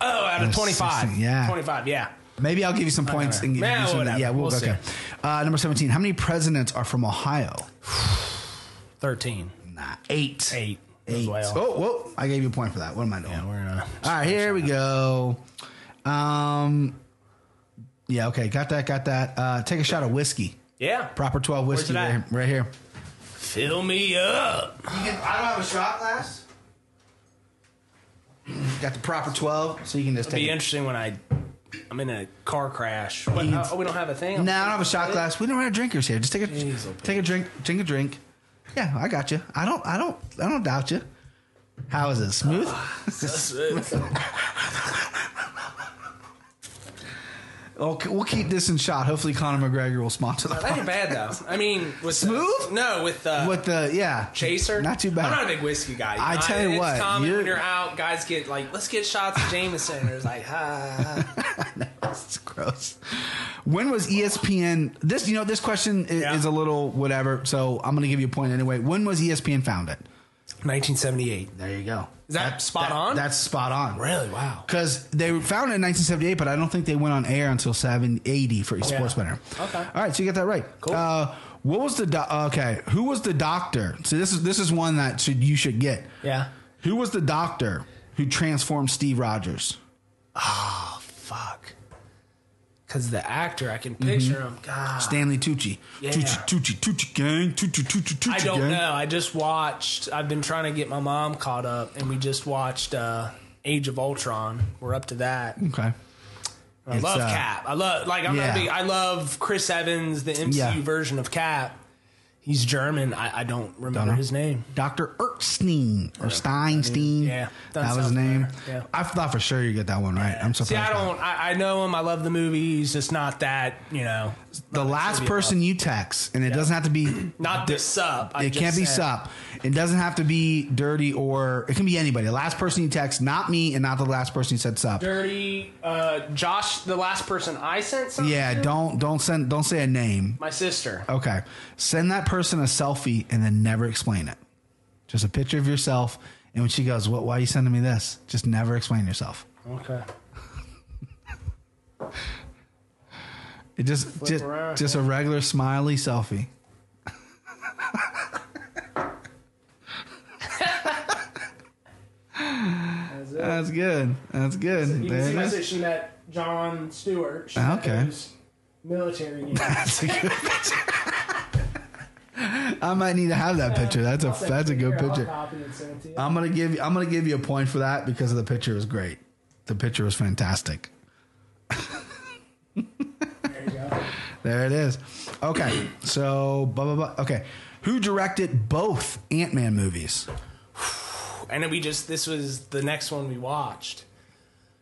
[SPEAKER 3] Oh, out of
[SPEAKER 2] was
[SPEAKER 3] twenty five.
[SPEAKER 2] 16, yeah.
[SPEAKER 3] twenty five. Yeah.
[SPEAKER 2] Maybe I'll give you some points and give
[SPEAKER 3] Yeah,
[SPEAKER 2] you some.
[SPEAKER 3] whatever.
[SPEAKER 2] Yeah, we'll,
[SPEAKER 3] We'll see.
[SPEAKER 2] okay. Uh, number seventeen. How many presidents are from Ohio?
[SPEAKER 3] 13.
[SPEAKER 2] Nah, eight.
[SPEAKER 3] Eight.
[SPEAKER 2] Eight.
[SPEAKER 3] As well.
[SPEAKER 2] Oh, whoa! I gave you a point for that. What am I doing?
[SPEAKER 3] We're uh, gonna-
[SPEAKER 2] All right, here we go. Um, yeah, okay, got that, got that. Uh, take a shot of whiskey.
[SPEAKER 3] yeah.
[SPEAKER 2] Proper twelve whiskey,
[SPEAKER 3] it
[SPEAKER 2] right,
[SPEAKER 3] at?
[SPEAKER 2] here- right here.
[SPEAKER 3] Fill me up.
[SPEAKER 2] I don't have a shot glass. Got the proper twelve, so you can just
[SPEAKER 3] It'll be
[SPEAKER 2] take. it.
[SPEAKER 3] interesting when I, I'm in a car crash. But uh, oh, we don't have a thing.
[SPEAKER 2] No, I don't have a shot glass. We don't have drinkers here. Just take a take a drink, drink a drink. Yeah, I got you. I don't, I don't, I don't doubt you. How is it smooth? Okay, we'll keep this in shot. Hopefully, Conor McGregor will sponsor the
[SPEAKER 3] That ain't bad though. I mean, with the-
[SPEAKER 2] Smooth?
[SPEAKER 3] no, with uh,
[SPEAKER 2] With the yeah
[SPEAKER 3] Chaser.
[SPEAKER 2] Not too bad.
[SPEAKER 3] I'm not a big whiskey guy.
[SPEAKER 2] I tell you
[SPEAKER 3] it's
[SPEAKER 2] what,
[SPEAKER 3] common
[SPEAKER 2] you-
[SPEAKER 3] when you're out, guys get like, let's get shots of Jameson. Or it's like, ah. ha. ha, ha.
[SPEAKER 2] It's gross. When was E ESPN? This you know this question is,
[SPEAKER 3] Yeah.
[SPEAKER 2] is a little whatever. So I'm going to give you a point anyway. When was E ESPN founded?
[SPEAKER 3] 1978.
[SPEAKER 2] There you go.
[SPEAKER 3] Is that spot on?
[SPEAKER 2] That's spot on.
[SPEAKER 3] Really? Wow.
[SPEAKER 2] Because they were founded in 1978, but I don't think they went on air until 780 for Sports Winner.
[SPEAKER 3] Okay.
[SPEAKER 2] All right, so you get that right.
[SPEAKER 3] Cool.
[SPEAKER 2] Uh, what was the do- okay? Who was the doctor? So this is this is one that should you should get.
[SPEAKER 3] Yeah.
[SPEAKER 2] Who was the doctor who transformed Steve Rogers?
[SPEAKER 3] Fuck. Because the actor, I can picture
[SPEAKER 2] Mm-hmm.
[SPEAKER 3] him. God.
[SPEAKER 2] Stanley Tucci. Tucci, Tucci, Tucci gang. Tucci, Tucci, Tucci
[SPEAKER 3] I don't
[SPEAKER 2] gang.
[SPEAKER 3] know. I just watched. I've been trying to get my mom caught up, and we just watched uh, Age of Ultron. We're up to that.
[SPEAKER 2] Okay. uh,
[SPEAKER 3] I love Cap. I love like I'm
[SPEAKER 2] Yeah.
[SPEAKER 3] not big, I love Chris Evans, the MCU
[SPEAKER 2] Yeah.
[SPEAKER 3] version of Cap. He's German. I, I don't remember
[SPEAKER 2] know.
[SPEAKER 3] his name.
[SPEAKER 2] Dr. Erkstein or Steinstein.
[SPEAKER 3] Yeah, doesn't
[SPEAKER 2] that was his
[SPEAKER 3] sound
[SPEAKER 2] name.
[SPEAKER 3] familiar. Yeah.
[SPEAKER 2] I thought for sure you get that one right. I'm surprised.
[SPEAKER 3] See, I don't. I, I know him. I love the movie. He's just not that. You know,
[SPEAKER 2] The last person you text, and it doesn't have to be.
[SPEAKER 3] not this sup. I
[SPEAKER 2] It
[SPEAKER 3] just
[SPEAKER 2] can't be
[SPEAKER 3] said.
[SPEAKER 2] sup. It doesn't have to be dirty or it can be anybody. The last person you text, not me, and not the last person you said sup.
[SPEAKER 3] Dirty uh, Josh, the last person I sent. Something
[SPEAKER 2] Yeah,
[SPEAKER 3] to?
[SPEAKER 2] don't don't send don't say a name.
[SPEAKER 3] my sister.
[SPEAKER 2] Okay. Send that person a selfie and then never explain it. Just a picture of yourself. And when she goes, What why are you sending me this? Just never explain yourself.
[SPEAKER 3] Okay.
[SPEAKER 2] It just just,
[SPEAKER 3] around,
[SPEAKER 2] just a regular smiley selfie. That's good. That's good.
[SPEAKER 3] You
[SPEAKER 2] There
[SPEAKER 3] can see
[SPEAKER 2] it
[SPEAKER 3] my
[SPEAKER 2] is.
[SPEAKER 3] sister. She met John Stewart. She
[SPEAKER 2] met Okay. those
[SPEAKER 3] military. Games.
[SPEAKER 2] That's a good picture. I might need to have that picture. That's a that's a good picture. I'm gonna give you, I'm gonna give you a point for that because the picture was great. The picture was fantastic. there it is. Okay, so blah blah blah. Okay, who directed both Ant Man movies?
[SPEAKER 3] And then we just this was the next one we watched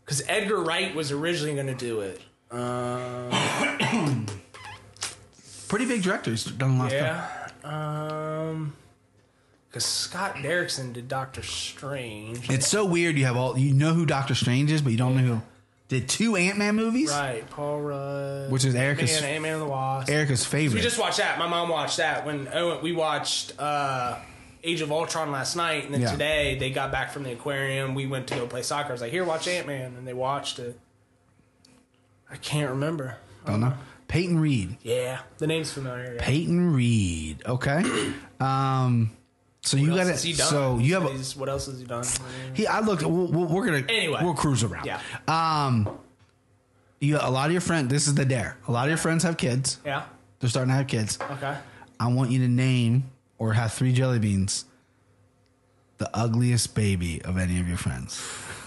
[SPEAKER 3] because Edgar Wright was originally going to do it.
[SPEAKER 2] Pretty big directors done a lot. Of stuff.
[SPEAKER 3] Yeah. Um. Because Scott Derrickson did Doctor Strange.
[SPEAKER 2] It's so weird. You have all you know who Doctor Strange is, but you don't know who did two Ant Man movies,
[SPEAKER 3] Right, Paul Rudd.
[SPEAKER 2] which is Erica's
[SPEAKER 3] Man, Ant-Man and the Wasp.
[SPEAKER 2] Erica's favorite.
[SPEAKER 3] we just watched that. My mom watched that when Owen, we watched uh, Age of Ultron last night, and then
[SPEAKER 2] Yeah.
[SPEAKER 3] today they got back from the aquarium. We went to go play soccer. I was like, "Here, watch Ant Man," and they watched it. I can't remember.
[SPEAKER 2] don't know. Peyton Reed.
[SPEAKER 3] Yeah, the name's familiar. yeah.
[SPEAKER 2] Peyton Reed. Okay. Um. So you
[SPEAKER 3] What
[SPEAKER 2] got it.
[SPEAKER 3] else has he done?
[SPEAKER 2] So you have. A,
[SPEAKER 3] He's- what else has he done?
[SPEAKER 2] he, I looked. We'll, we'll, we're gonna.
[SPEAKER 3] Anyway.
[SPEAKER 2] we'll cruise around.
[SPEAKER 3] Yeah.
[SPEAKER 2] Um. You a lot of your friends. This is the dare. A lot of your friends have kids.
[SPEAKER 3] Yeah.
[SPEAKER 2] They're starting to have kids.
[SPEAKER 3] Okay.
[SPEAKER 2] I want you to name or have three jelly beans. The ugliest baby of any of your friends.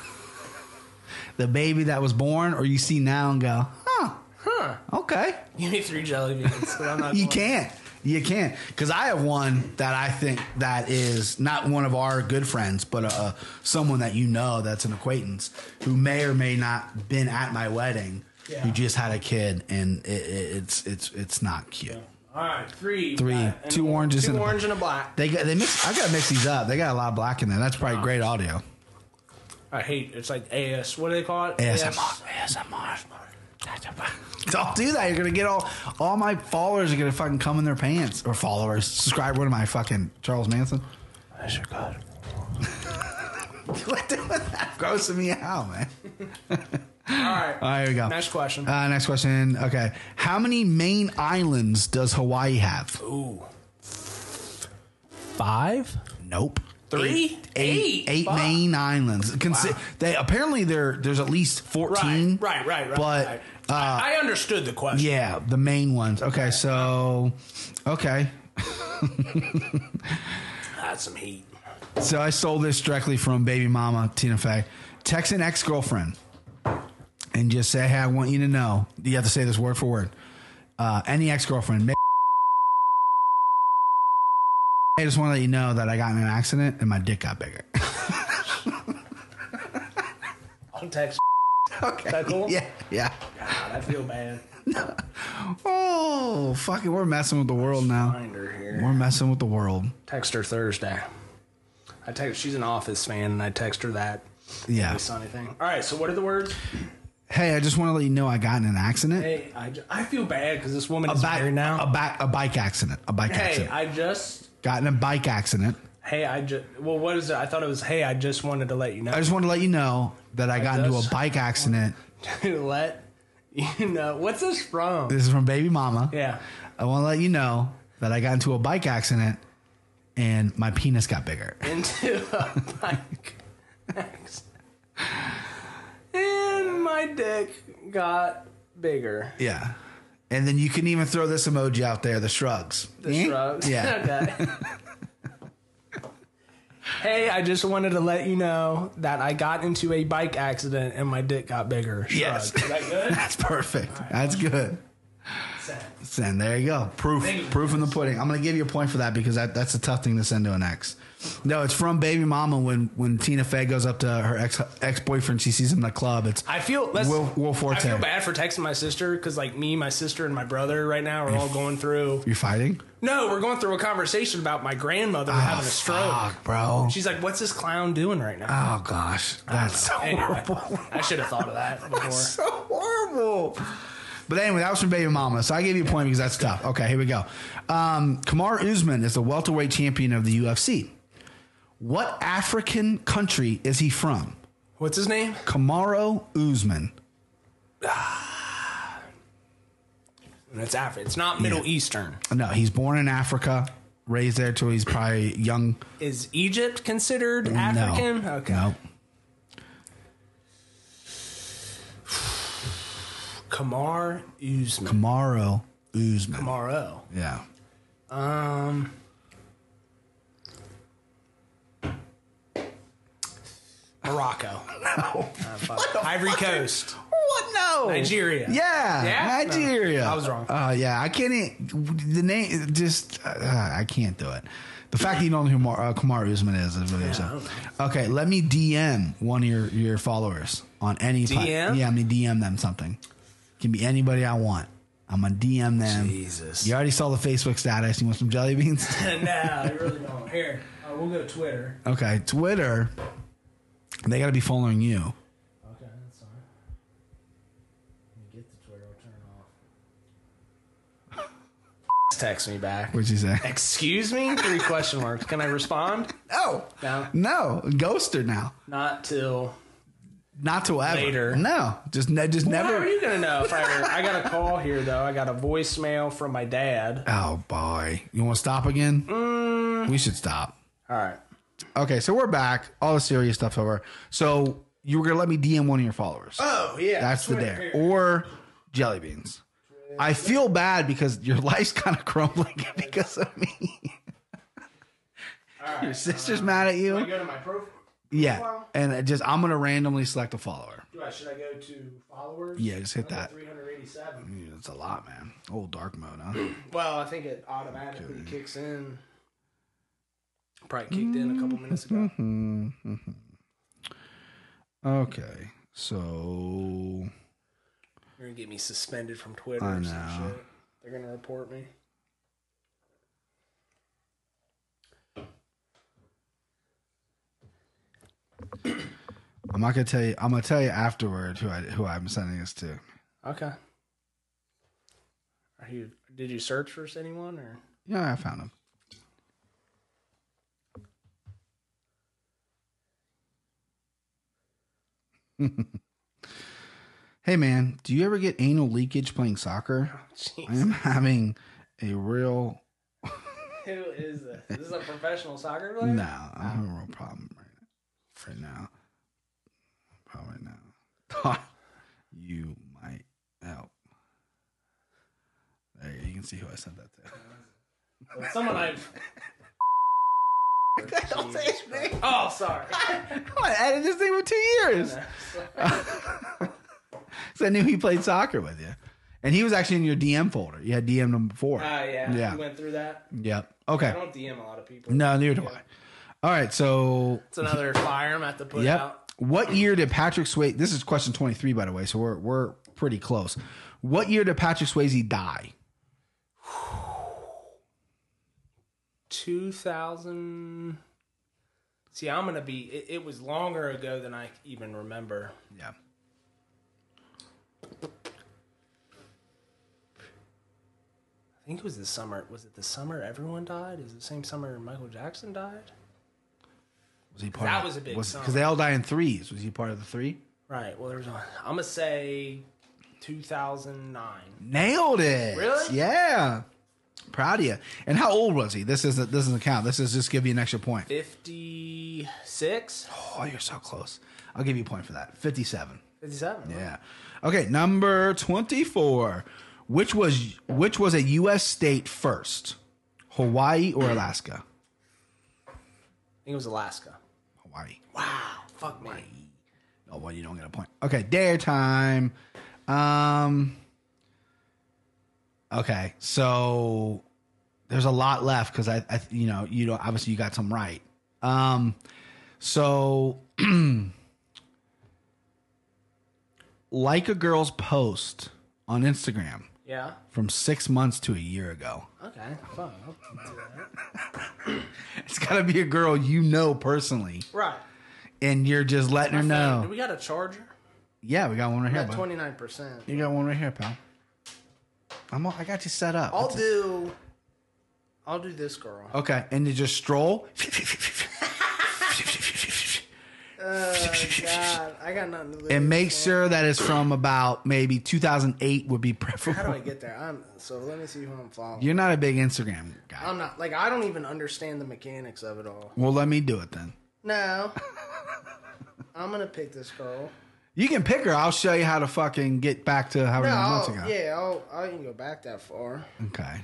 [SPEAKER 2] the baby that was born, or you see now and go, huh? Huh. Okay.
[SPEAKER 3] Give me three jelly beans. 'cause I'm not
[SPEAKER 2] You
[SPEAKER 3] going-
[SPEAKER 2] can't. You can't because I have one that I think that is not one of our good friends, but uh, someone that you know that's an acquaintance who may or may not been at my wedding. Who just had a kid, and it, it, it's it's it's not cute.
[SPEAKER 3] All right, three,
[SPEAKER 2] Three,
[SPEAKER 3] uh, and
[SPEAKER 2] two
[SPEAKER 3] a-
[SPEAKER 2] oranges
[SPEAKER 3] two
[SPEAKER 2] and a-
[SPEAKER 3] orange and a black.
[SPEAKER 2] They got they mix. I gotta mix these up. They got a lot of black in there. That's probably great audio.
[SPEAKER 3] I hate it's like AS. What do they call it?
[SPEAKER 2] ASMR. ASMR. Don't do that. You're gonna get all all my followers are gonna fucking come in their pants or followers. Subscribe one of my fucking Charles Manson.
[SPEAKER 3] That's your god.
[SPEAKER 2] What the- that grossing me out, man.
[SPEAKER 3] All right.
[SPEAKER 2] All right, here we go.
[SPEAKER 3] Next question.
[SPEAKER 2] Uh, next question. Okay, how many main islands does Hawaii have?
[SPEAKER 3] Ooh. Five?
[SPEAKER 2] Nope.
[SPEAKER 3] Three?
[SPEAKER 2] Eight, eight
[SPEAKER 3] Fuck.
[SPEAKER 2] main islands. Consi- They apparently there there's at least fourteen.
[SPEAKER 3] Right, right, right, right.
[SPEAKER 2] But
[SPEAKER 3] right.
[SPEAKER 2] uh,
[SPEAKER 3] I, I understood the question.
[SPEAKER 2] Yeah, the main ones. Okay, so okay.
[SPEAKER 3] That's some heat.
[SPEAKER 2] So I stole this directly from baby mama Tina Fey. Text an ex-girlfriend and just say, "Hey, I want you to know." You have to say this word for word. Uh, any ex-girlfriend. ma- I just want to let you know that I got in an accident and my dick got bigger.
[SPEAKER 3] I'll text.
[SPEAKER 2] okay.
[SPEAKER 3] that cool?
[SPEAKER 2] Yeah. Yeah.
[SPEAKER 3] God, I feel bad.
[SPEAKER 2] Oh, fucking, we're messing with the world now.
[SPEAKER 3] Find her here.
[SPEAKER 2] We're messing with the world.
[SPEAKER 3] Text her Thursday. I text. She's an office fan, and I text her that.
[SPEAKER 2] Yeah.
[SPEAKER 3] Hey, Sonny thing. All right. So what are the words?
[SPEAKER 2] Hey, I just want to let you know I got in an accident.
[SPEAKER 3] Hey, I, ju- I feel bad because this woman
[SPEAKER 2] a
[SPEAKER 3] is
[SPEAKER 2] bike
[SPEAKER 3] married now.
[SPEAKER 2] A, ba- a bike accident. A bike
[SPEAKER 3] hey,
[SPEAKER 2] accident.
[SPEAKER 3] I just.
[SPEAKER 2] Got in a bike accident.
[SPEAKER 3] Hey, I just. Well, what is it? I thought it was. Hey, I just wanted to let you
[SPEAKER 2] I
[SPEAKER 3] know.
[SPEAKER 2] just wanted to let you know that I got into a
[SPEAKER 3] just-
[SPEAKER 2] bike accident.
[SPEAKER 3] To let you know. What's this from?
[SPEAKER 2] This is from Baby Mama.
[SPEAKER 3] Yeah.
[SPEAKER 2] I want to let you know that I got into a bike accident and my penis got bigger.
[SPEAKER 3] Into a bike accident. And my dick got bigger.
[SPEAKER 2] Yeah. And then you can even throw this emoji out there, the shrugs. Eh?
[SPEAKER 3] Shrugs.
[SPEAKER 2] Yeah.
[SPEAKER 3] okay. Hey, I just wanted to let you know that I got into a bike accident and my dick got bigger. Shrug.
[SPEAKER 2] Yes.
[SPEAKER 3] Is that good?
[SPEAKER 2] That's perfect. That's good. Send. There you go. Proof. Proof in the pudding. I'm gonna give you a point for that because that, that's a tough thing to send to an ex. No, it's from Baby Mama when when Tina Fey goes up to her ex ex boyfriend. She sees him in the club. It's
[SPEAKER 3] I feel that's,
[SPEAKER 2] Will- Will Forte.
[SPEAKER 3] I feel bad for texting my sister because like me, my sister, and my brother right now are all
[SPEAKER 2] Mm.
[SPEAKER 3] going through.
[SPEAKER 2] you're fighting. Oh,
[SPEAKER 3] No, we're going through a conversation about my grandmother having a stroke.
[SPEAKER 2] Ah, Fuck, bro.
[SPEAKER 3] She's like, "What's this clown doing right now?"
[SPEAKER 2] oh gosh, that's so
[SPEAKER 3] Anyway,
[SPEAKER 2] Ah, horrible.
[SPEAKER 3] I should have thought of that before.
[SPEAKER 2] so horrible. But anyway, that was from Baby Mama. So I gave you a point because that's tough. Okay, here we go. Um, Kamar Usman is the welterweight champion of the UFC. What African country is he from?
[SPEAKER 3] What's his name?
[SPEAKER 2] Kamaro Usman.
[SPEAKER 3] It's Afri. It's not Middle Eastern.
[SPEAKER 2] No, he's born in Africa, raised there till he's probably young.
[SPEAKER 3] Is Egypt considered African?
[SPEAKER 2] No.
[SPEAKER 3] Okay.
[SPEAKER 2] No.
[SPEAKER 3] Kamar Usman.
[SPEAKER 2] Kamaro Usman.
[SPEAKER 3] Kamaro.
[SPEAKER 2] Yeah.
[SPEAKER 3] Um. Morocco. Uh, Ivory Coast.
[SPEAKER 2] What? No.
[SPEAKER 3] Nigeria.
[SPEAKER 2] Yeah.
[SPEAKER 3] Yeah?
[SPEAKER 2] Nigeria.
[SPEAKER 3] No, I was wrong.
[SPEAKER 2] Uh, yeah. I can't. e- The name it just. Uh, I can't do it. The fact that you don't know who Mar- uh, Kamar Usman is is really upsetting. Okay, let me DM one of your, your followers on any pla-
[SPEAKER 3] DM?
[SPEAKER 2] yeah, I'm gonna DM them something. Can be anybody I want. I'm gonna DM them.
[SPEAKER 3] Jesus.
[SPEAKER 2] You already saw the Facebook status. You want some jelly beans?
[SPEAKER 3] no, you uh, really don't. Here, uh, we'll go to Twitter.
[SPEAKER 2] Okay, Twitter. They got to be following you.
[SPEAKER 3] Okay, that's fine. Let me get the Twitter. I'll turn it off. Text me back.
[SPEAKER 2] What'd you say?
[SPEAKER 3] Excuse me? Three question marks. Can I respond?
[SPEAKER 2] No,
[SPEAKER 3] No.
[SPEAKER 2] no, ghost her now.
[SPEAKER 3] Not till.
[SPEAKER 2] Not till ever.
[SPEAKER 3] Later.
[SPEAKER 2] No, just ne- just
[SPEAKER 3] How
[SPEAKER 2] never.
[SPEAKER 3] are you gonna know if I? Ever, I got a call here though. I got a voicemail from my dad.
[SPEAKER 2] oh boy, you want to stop again?
[SPEAKER 3] Mm.
[SPEAKER 2] We should stop.
[SPEAKER 3] All right.
[SPEAKER 2] Okay, so we're back. All the serious stuff's over. So you were gonna let me DM one of your followers.
[SPEAKER 3] Oh yeah.
[SPEAKER 2] That's the dare. Or jelly beans. I feel bad because your life's kind of crumbling because of me. Your sister's mad at you.
[SPEAKER 3] Go to my profile.
[SPEAKER 2] Yeah, and it just I'm gonna randomly select a follower.
[SPEAKER 3] Should I go to followers?
[SPEAKER 2] Yeah, just hit that.
[SPEAKER 3] 387.
[SPEAKER 2] Dude, That's a lot, man. Old dark mode, huh?
[SPEAKER 3] Well, I think it automatically kicks in. Probably kicked in a couple minutes ago.
[SPEAKER 2] Mm-hmm. Okay, so
[SPEAKER 3] They're gonna get me suspended from Twitter
[SPEAKER 2] I
[SPEAKER 3] or
[SPEAKER 2] know.
[SPEAKER 3] some shit. They're gonna report me.
[SPEAKER 2] I'm not gonna tell you. I'm gonna tell you afterward who I who I'm sending this to.
[SPEAKER 3] Okay. Are you? Did you search for anyone or?
[SPEAKER 2] Yeah, I found him. hey man, do you ever get anal leakage playing soccer? I
[SPEAKER 3] Jeez.
[SPEAKER 2] am having a real
[SPEAKER 3] Who is this? This is a professional soccer player.
[SPEAKER 2] no. I have a real problem right now. Right now, problem right now. you might help. There you, go. you can see who I sent that to.
[SPEAKER 3] Someone I.
[SPEAKER 2] Don't say his name.
[SPEAKER 3] Oh, sorry.
[SPEAKER 2] I added this name for two years. So I knew he played soccer with you. And he was actually in your DM folder. You had DM'd him before.
[SPEAKER 3] Ah, yeah.
[SPEAKER 2] Yeah.
[SPEAKER 3] You went through that.
[SPEAKER 2] Yep.
[SPEAKER 3] I
[SPEAKER 2] Okay.
[SPEAKER 3] don't DM a lot of people.
[SPEAKER 2] No, neither do I. All right. So,
[SPEAKER 3] It's another fire I'm gonna have to put
[SPEAKER 2] yep.
[SPEAKER 3] out.
[SPEAKER 2] What year did Patrick Swayze? This is question 23, by the way. So we're, we're pretty close. What year did Patrick Swayze die?
[SPEAKER 3] 2000. See, I'm gonna be. It, it was longer ago than I even remember.
[SPEAKER 2] Yeah.
[SPEAKER 3] I think it was the summer. Was it the summer everyone died? Is it the same summer Michael Jackson died?
[SPEAKER 2] Was he part
[SPEAKER 3] That
[SPEAKER 2] of,
[SPEAKER 3] was a big song.
[SPEAKER 2] Because they all die in threes. Was he part of the three?
[SPEAKER 3] Right. Well, there's. a- I'm gonna say 2009.
[SPEAKER 2] Nailed it.
[SPEAKER 3] Really?
[SPEAKER 2] Yeah. Proud of you. And how old was he? This isn't this doesn't count. This is just give you an extra point.
[SPEAKER 3] 56.
[SPEAKER 2] Oh, you're so close. I'll give you a point for that. 57.
[SPEAKER 3] 57. right?
[SPEAKER 2] Yeah. Okay, number 24. Which was which was a US state first? Hawaii or Alaska?
[SPEAKER 3] I think it was Alaska.
[SPEAKER 2] Hawaii.
[SPEAKER 3] Fuck me.
[SPEAKER 2] Oh, well, you don't get a point. Okay, dare time. Um Okay, so there's a lot left because I, I, you know, you don't obviously you got some right. Um, so like a girl's post on Instagram
[SPEAKER 3] Yeah.
[SPEAKER 2] from six months to a year ago.
[SPEAKER 3] Okay. Fuck. I'll do that.
[SPEAKER 2] It's got to be a girl you know personally,
[SPEAKER 3] Right.
[SPEAKER 2] and you're just letting her know.
[SPEAKER 3] Do we got a charger?
[SPEAKER 2] yeah, we got one right here.
[SPEAKER 3] At
[SPEAKER 2] bud.
[SPEAKER 3] 29%.
[SPEAKER 2] You got one right here, pal. I'm all, I got you set up.
[SPEAKER 3] I'll do. I'll do this girl.
[SPEAKER 2] okay, and you just stroll.
[SPEAKER 3] God, I got nothing to lose.
[SPEAKER 2] and make sure that it's from about maybe 2008 would be
[SPEAKER 3] How do I
[SPEAKER 2] preferable.
[SPEAKER 3] get there? I'm so let me see who I'm following.
[SPEAKER 2] You're not a big Instagram guy.
[SPEAKER 3] I'm not like I don't even understand the mechanics of it all.
[SPEAKER 2] well, let me do it then.
[SPEAKER 3] No, I'm gonna pick this girl.
[SPEAKER 2] You can pick her. I'll show you how to fucking get back to however
[SPEAKER 3] No,
[SPEAKER 2] many months
[SPEAKER 3] I'll,
[SPEAKER 2] ago.
[SPEAKER 3] yeah, I'll, I can go back that far.
[SPEAKER 2] Okay.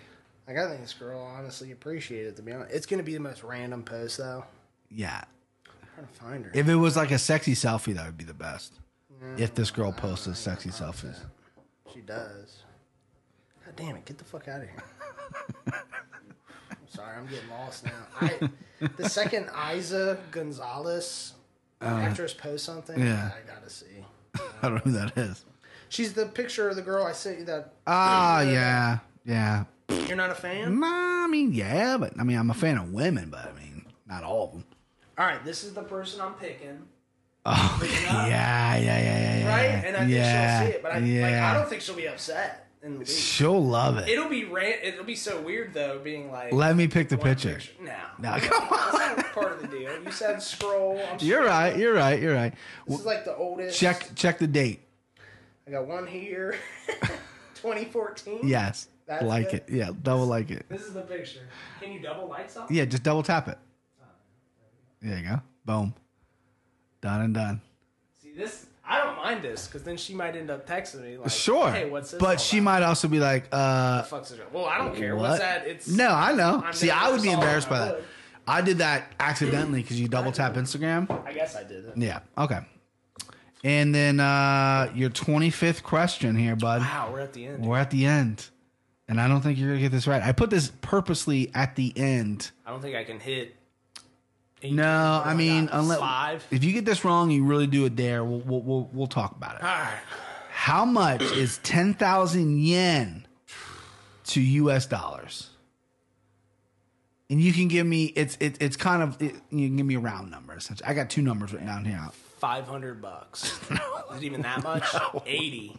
[SPEAKER 3] Like I think this girl honestly appreciate it. To be honest, it's gonna be the most random post though.
[SPEAKER 2] Yeah.
[SPEAKER 3] I'm trying to find her.
[SPEAKER 2] If it was like a sexy selfie, that would be the best. if this girl posted sexy selfies.
[SPEAKER 3] She does. God damn it! Get the fuck out of here. I'm sorry, I'm getting lost now. I, the second Isa Gonzalez actress posts something,
[SPEAKER 2] Oh. yeah.
[SPEAKER 3] I gotta see.
[SPEAKER 2] I don't know who that is.
[SPEAKER 3] She's the picture of the girl I sent you. That
[SPEAKER 2] Ah, yeah. Yeah.
[SPEAKER 3] you're not a fan.
[SPEAKER 2] Nah, I mean, yeah, but I mean, I'm a fan of women, but I mean, not all of them.
[SPEAKER 3] All right, this is the person I'm picking,
[SPEAKER 2] Oh, yeah, yeah, yeah, yeah, yeah.
[SPEAKER 3] right? And I
[SPEAKER 2] yeah,
[SPEAKER 3] think she'll see it, but I, like,
[SPEAKER 2] yeah.
[SPEAKER 3] I don't think she'll be upset. In the least.
[SPEAKER 2] She'll love it.
[SPEAKER 3] It'll be rant. It'll be so weird though, being like
[SPEAKER 2] Let me pick the
[SPEAKER 3] one
[SPEAKER 2] picture.
[SPEAKER 3] No,
[SPEAKER 2] No, come on.
[SPEAKER 3] that's not part of the deal. You said scroll. I'm
[SPEAKER 2] You're right. You're right. You're right.
[SPEAKER 3] This is like the oldest.
[SPEAKER 2] Check check the date.
[SPEAKER 3] I got one here. 2014.
[SPEAKER 2] Yes.
[SPEAKER 3] That's
[SPEAKER 2] like
[SPEAKER 3] it?
[SPEAKER 2] it. Yeah. Double like it.
[SPEAKER 3] This is the picture. Can you double light something?
[SPEAKER 2] Yeah. Just double tap it. There you go. Boom. Done and done.
[SPEAKER 3] See this? I don't mind this because then she might end up texting me like,
[SPEAKER 2] Sure.
[SPEAKER 3] hey, what's this?" all
[SPEAKER 2] but she
[SPEAKER 3] about?
[SPEAKER 2] might also be like, uh,
[SPEAKER 3] The fuck's this? Well, I don't care. What's that? It's
[SPEAKER 2] no, I know.
[SPEAKER 3] I'm
[SPEAKER 2] See, I would be
[SPEAKER 3] never
[SPEAKER 2] embarrassed by
[SPEAKER 3] solving my
[SPEAKER 2] that.
[SPEAKER 3] hood.
[SPEAKER 2] I did that accidentally because you double tap Instagram.
[SPEAKER 7] I guess I did it.
[SPEAKER 2] Yeah. Okay. And then uh, your 25th question here, bud.
[SPEAKER 7] Wow, we're at the end.
[SPEAKER 2] We're at the end. And I don't think you're going to get this right. I put this purposely at the end.
[SPEAKER 7] I don't think I can hit.
[SPEAKER 2] No, I mean,
[SPEAKER 7] got
[SPEAKER 2] unless
[SPEAKER 7] five.
[SPEAKER 2] if you get this wrong, you really do it there. We'll, we'll, we'll, we'll talk about it.
[SPEAKER 7] Alright.
[SPEAKER 2] How much is 10,000 yen to US dollars? And you can give me it's it, it's kind of it, you can give me a round number. Essentially. I got two numbers written down here.
[SPEAKER 7] Five hundred bucks. Is it even that much? Eighty.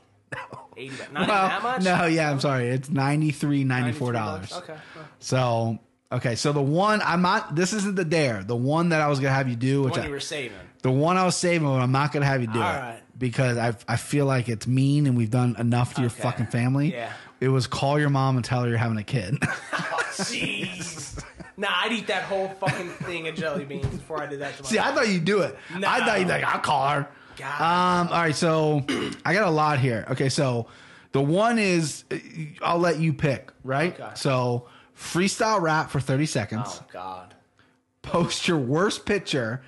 [SPEAKER 7] Eighty.
[SPEAKER 2] Well,
[SPEAKER 7] Not even that much.
[SPEAKER 2] No, yeah, I'm sorry. It's 93 94 dollars.
[SPEAKER 7] $93. Okay. well,
[SPEAKER 2] So okay, so the one I'm not. This isn't the dare. The one that I was gonna have you do, which
[SPEAKER 7] One
[SPEAKER 2] I-
[SPEAKER 7] you were saving.
[SPEAKER 2] the one I was saving, but I'm not gonna have you do
[SPEAKER 7] All
[SPEAKER 2] it
[SPEAKER 7] right.
[SPEAKER 2] because I I feel like it's mean, and we've done enough to your
[SPEAKER 7] Okay.
[SPEAKER 2] fucking family.
[SPEAKER 7] Yeah.
[SPEAKER 2] It was call your mom and tell her you're having a kid.
[SPEAKER 7] Jeez. nah, I'd eat that whole fucking thing of jelly beans before I did that to my
[SPEAKER 2] See, I thought you'd do it. I thought you'd be like, I'll call her. Um, all right, so I got a lot here. Okay, so the one is uh, I'll let you pick, right?
[SPEAKER 7] Okay.
[SPEAKER 2] So freestyle rap for 30 seconds.
[SPEAKER 7] Oh God.
[SPEAKER 2] post your worst picture,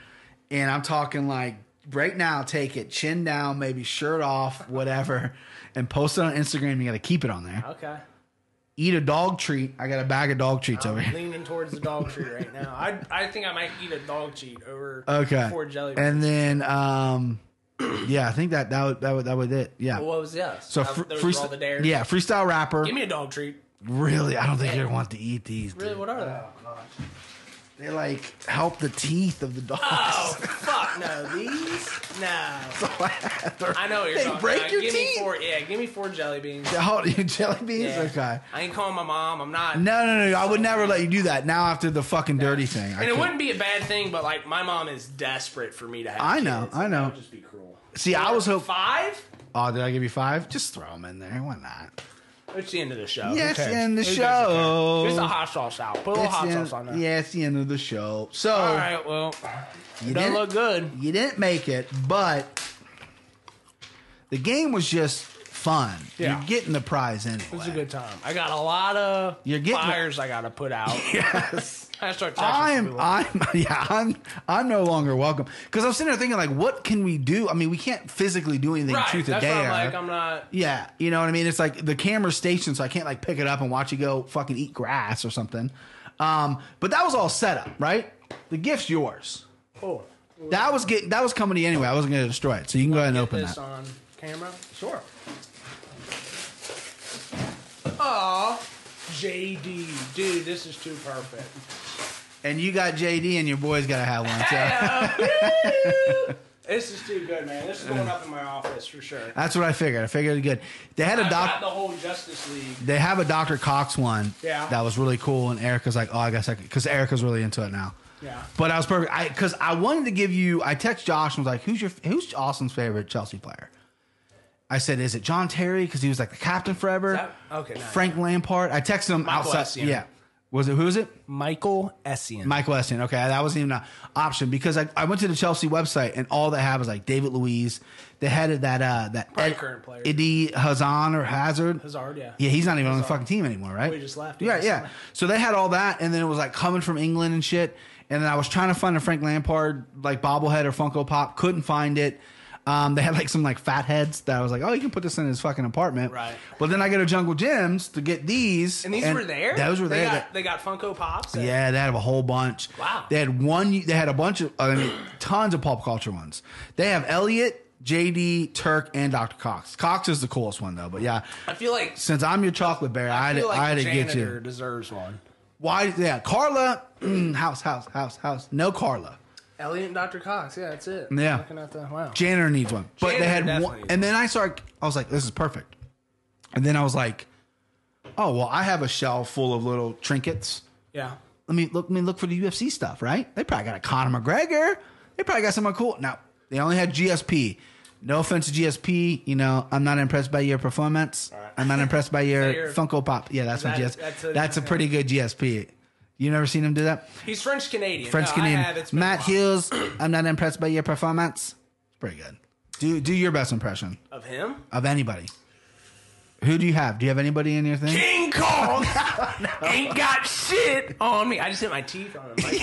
[SPEAKER 2] and I'm talking like right now, take it chin down, maybe shirt off, whatever, and post it on Instagram. You got to keep it on there.
[SPEAKER 7] Okay.
[SPEAKER 2] Eat a dog treat. I got a bag of dog treats over
[SPEAKER 7] I'm
[SPEAKER 2] here.
[SPEAKER 7] leaning towards the dog treat right now. I I think I might eat a dog treat over
[SPEAKER 2] Okay.
[SPEAKER 7] four jelly beans.
[SPEAKER 2] And then, um, yeah, I think that that would, that would, that would it. Yeah.
[SPEAKER 7] what was this?
[SPEAKER 2] so
[SPEAKER 7] So
[SPEAKER 2] fr-
[SPEAKER 7] those were all
[SPEAKER 2] freest-
[SPEAKER 7] the dares.
[SPEAKER 2] yeah, freestyle rapper.
[SPEAKER 7] Give me a dog treat.
[SPEAKER 2] Really, I don't think you want to eat these. Dude.
[SPEAKER 7] Really? What are they?
[SPEAKER 2] They like help the teeth of the dogs.
[SPEAKER 7] Oh fuck no! These no. I know what you're
[SPEAKER 2] They
[SPEAKER 7] talking
[SPEAKER 2] break
[SPEAKER 7] about.
[SPEAKER 2] your
[SPEAKER 7] give
[SPEAKER 2] teeth?
[SPEAKER 7] Me four, yeah, give me four jelly beans.
[SPEAKER 2] Hold your jelly beans.
[SPEAKER 7] Yeah.
[SPEAKER 2] Okay.
[SPEAKER 7] I ain't calling my mom. I'm not.
[SPEAKER 2] No, no, no. I would never let you do that. Now after the fucking dirty thing, I,
[SPEAKER 7] and it
[SPEAKER 2] couldn't-
[SPEAKER 7] wouldn't be a bad thing, but like my mom is desperate for me to have.
[SPEAKER 2] I know,
[SPEAKER 7] kids.
[SPEAKER 2] I
[SPEAKER 7] That
[SPEAKER 2] know.
[SPEAKER 7] would just be cruel.
[SPEAKER 2] See, I was hoping.
[SPEAKER 7] Five?
[SPEAKER 2] Oh, did I give you five? Just throw them in there. Why not?
[SPEAKER 7] It's the end of the show.
[SPEAKER 2] Yes,
[SPEAKER 7] Who cares?
[SPEAKER 2] end the
[SPEAKER 7] Who gives a
[SPEAKER 2] show.
[SPEAKER 7] care? It's a hot sauce out. Put a little
[SPEAKER 2] It's
[SPEAKER 7] hot
[SPEAKER 2] the
[SPEAKER 7] sauce
[SPEAKER 2] end-
[SPEAKER 7] on there.
[SPEAKER 2] yeah, it's the end of the show. So
[SPEAKER 7] All right. Well,
[SPEAKER 2] you
[SPEAKER 7] it doesn't
[SPEAKER 2] didn't
[SPEAKER 7] look good.
[SPEAKER 2] you didn't make it, but the game was just fun.
[SPEAKER 7] Yeah.
[SPEAKER 2] You're getting the prize anyway.
[SPEAKER 7] It was a good time. I got a lot of
[SPEAKER 2] You're getting a-
[SPEAKER 7] fires I got to put out.
[SPEAKER 2] Yes.
[SPEAKER 7] I start. texting
[SPEAKER 2] I'm,
[SPEAKER 7] people.
[SPEAKER 2] I'm, yeah, I'm, I'm no longer welcome because I'm sitting there thinking like, what can we do? I mean, we can't physically do anything.
[SPEAKER 7] right.
[SPEAKER 2] truth or
[SPEAKER 7] that's why
[SPEAKER 2] dare.
[SPEAKER 7] I'm like I'm not.
[SPEAKER 2] Yeah, you know what I mean. It's like the camera's stationed, so I can't like pick it up and watch you go fucking eat grass or something. Um, but that was all set up, right? The gift's yours.
[SPEAKER 7] Oh,
[SPEAKER 2] That was get that was coming to you anyway. I wasn't gonna destroy it, so you can go ahead and
[SPEAKER 7] get
[SPEAKER 2] open
[SPEAKER 7] this
[SPEAKER 2] that.
[SPEAKER 7] on camera.
[SPEAKER 2] Sure.
[SPEAKER 7] Aw, JD, dude, this is too perfect.
[SPEAKER 2] And you got JD, and your boy's gotta have one. So.
[SPEAKER 7] This is too good, man. This is going up in my office for sure.
[SPEAKER 2] That's what I figured. I figured it good. They had a
[SPEAKER 7] I got
[SPEAKER 2] doc.
[SPEAKER 7] the whole Justice League.
[SPEAKER 2] They have a Dr. Cox one.
[SPEAKER 7] Yeah.
[SPEAKER 2] That was really cool, and Erica's like, oh, I guess I could, because Erica's really into it now.
[SPEAKER 7] Yeah.
[SPEAKER 2] But I was perfect. I because I wanted to give you. I text Josh and was like, "Who's your who's Austin's favorite Chelsea player?" I said, "Is it John Terry? Because he was like the captain forever."
[SPEAKER 7] That- okay, nice.
[SPEAKER 2] Frank Lampard. I texted him
[SPEAKER 7] Michael
[SPEAKER 2] outside.
[SPEAKER 7] Essien.
[SPEAKER 2] Yeah. Was it who is it?
[SPEAKER 7] Michael Essien.
[SPEAKER 2] Michael Essien. Okay, that wasn't even an option because I, I went to the Chelsea website and all they have is like David Luiz. They had that uh that
[SPEAKER 7] Probably current player.
[SPEAKER 2] Eddie Hazan or Hazard.
[SPEAKER 7] Hazard, yeah.
[SPEAKER 2] Yeah, he's not even on the fucking team anymore, right?
[SPEAKER 7] We just left,
[SPEAKER 2] Yeah,
[SPEAKER 7] yeah,
[SPEAKER 2] yeah.
[SPEAKER 7] this summer.
[SPEAKER 2] So they had all that, and then it was like coming from England and shit. And then I was trying to find a Frank Lampard like bobblehead or Funko Pop, couldn't find it. Um, they had like some like fat heads that I was like, oh, you can put this in his fucking apartment.
[SPEAKER 7] Right.
[SPEAKER 2] But then I go to Jungle Gyms to get these,
[SPEAKER 7] And these were there.
[SPEAKER 2] Those were
[SPEAKER 7] they
[SPEAKER 2] there.
[SPEAKER 7] Got, they got Funko Pops. and-
[SPEAKER 2] Yeah, they had a whole bunch.
[SPEAKER 7] Wow.
[SPEAKER 2] They had one. They had a bunch of. I mean, tons of pop culture ones. They have Elliot, JD, Turk, and Dr. Cox. Cox is the coolest one though. But yeah,
[SPEAKER 7] I feel like
[SPEAKER 2] since I'm your chocolate bear, I,
[SPEAKER 7] I
[SPEAKER 2] had to,
[SPEAKER 7] feel like
[SPEAKER 2] I had
[SPEAKER 7] the
[SPEAKER 2] to get
[SPEAKER 7] janitor
[SPEAKER 2] you.
[SPEAKER 7] deserves one.
[SPEAKER 2] Why? Yeah, Carla. mm, house, house, house, house. No Carla.
[SPEAKER 7] Elliot and Dr. Cox. Yeah, that's it.
[SPEAKER 2] Yeah.
[SPEAKER 7] Looking at the wow.
[SPEAKER 2] Janitor needs one, but
[SPEAKER 7] Janitor
[SPEAKER 2] they had
[SPEAKER 7] definitely
[SPEAKER 2] one.
[SPEAKER 7] needs
[SPEAKER 2] And then I started. I was like, this is perfect. And then I was like, oh well, I have a shelf full of little trinkets.
[SPEAKER 7] Yeah.
[SPEAKER 2] Let me look. Let me look for the UFC stuff. Right? They probably got a Conor McGregor. They probably got someone cool. Now they only had GSP. No offense to GSP, you know I'm not impressed by your performance. I'm not impressed by your,
[SPEAKER 7] your-
[SPEAKER 2] Funko Pop. Yeah, that's what
[SPEAKER 7] that-
[SPEAKER 2] GS. That's
[SPEAKER 7] that's
[SPEAKER 2] a,
[SPEAKER 7] a-
[SPEAKER 2] pretty good GSP. You never seen him do that?
[SPEAKER 7] He's French Canadian.
[SPEAKER 2] French
[SPEAKER 7] No, I
[SPEAKER 2] Canadian.
[SPEAKER 7] have. It's been a
[SPEAKER 2] Matt
[SPEAKER 7] while.
[SPEAKER 2] Hughes. I'm not impressed by your performance. It's pretty good. Do do your best impression
[SPEAKER 7] of him.
[SPEAKER 2] of anybody. Who do you have? Do you have anybody in your thing?
[SPEAKER 8] King Kong ain't got shit on me. I just hit my teeth on him.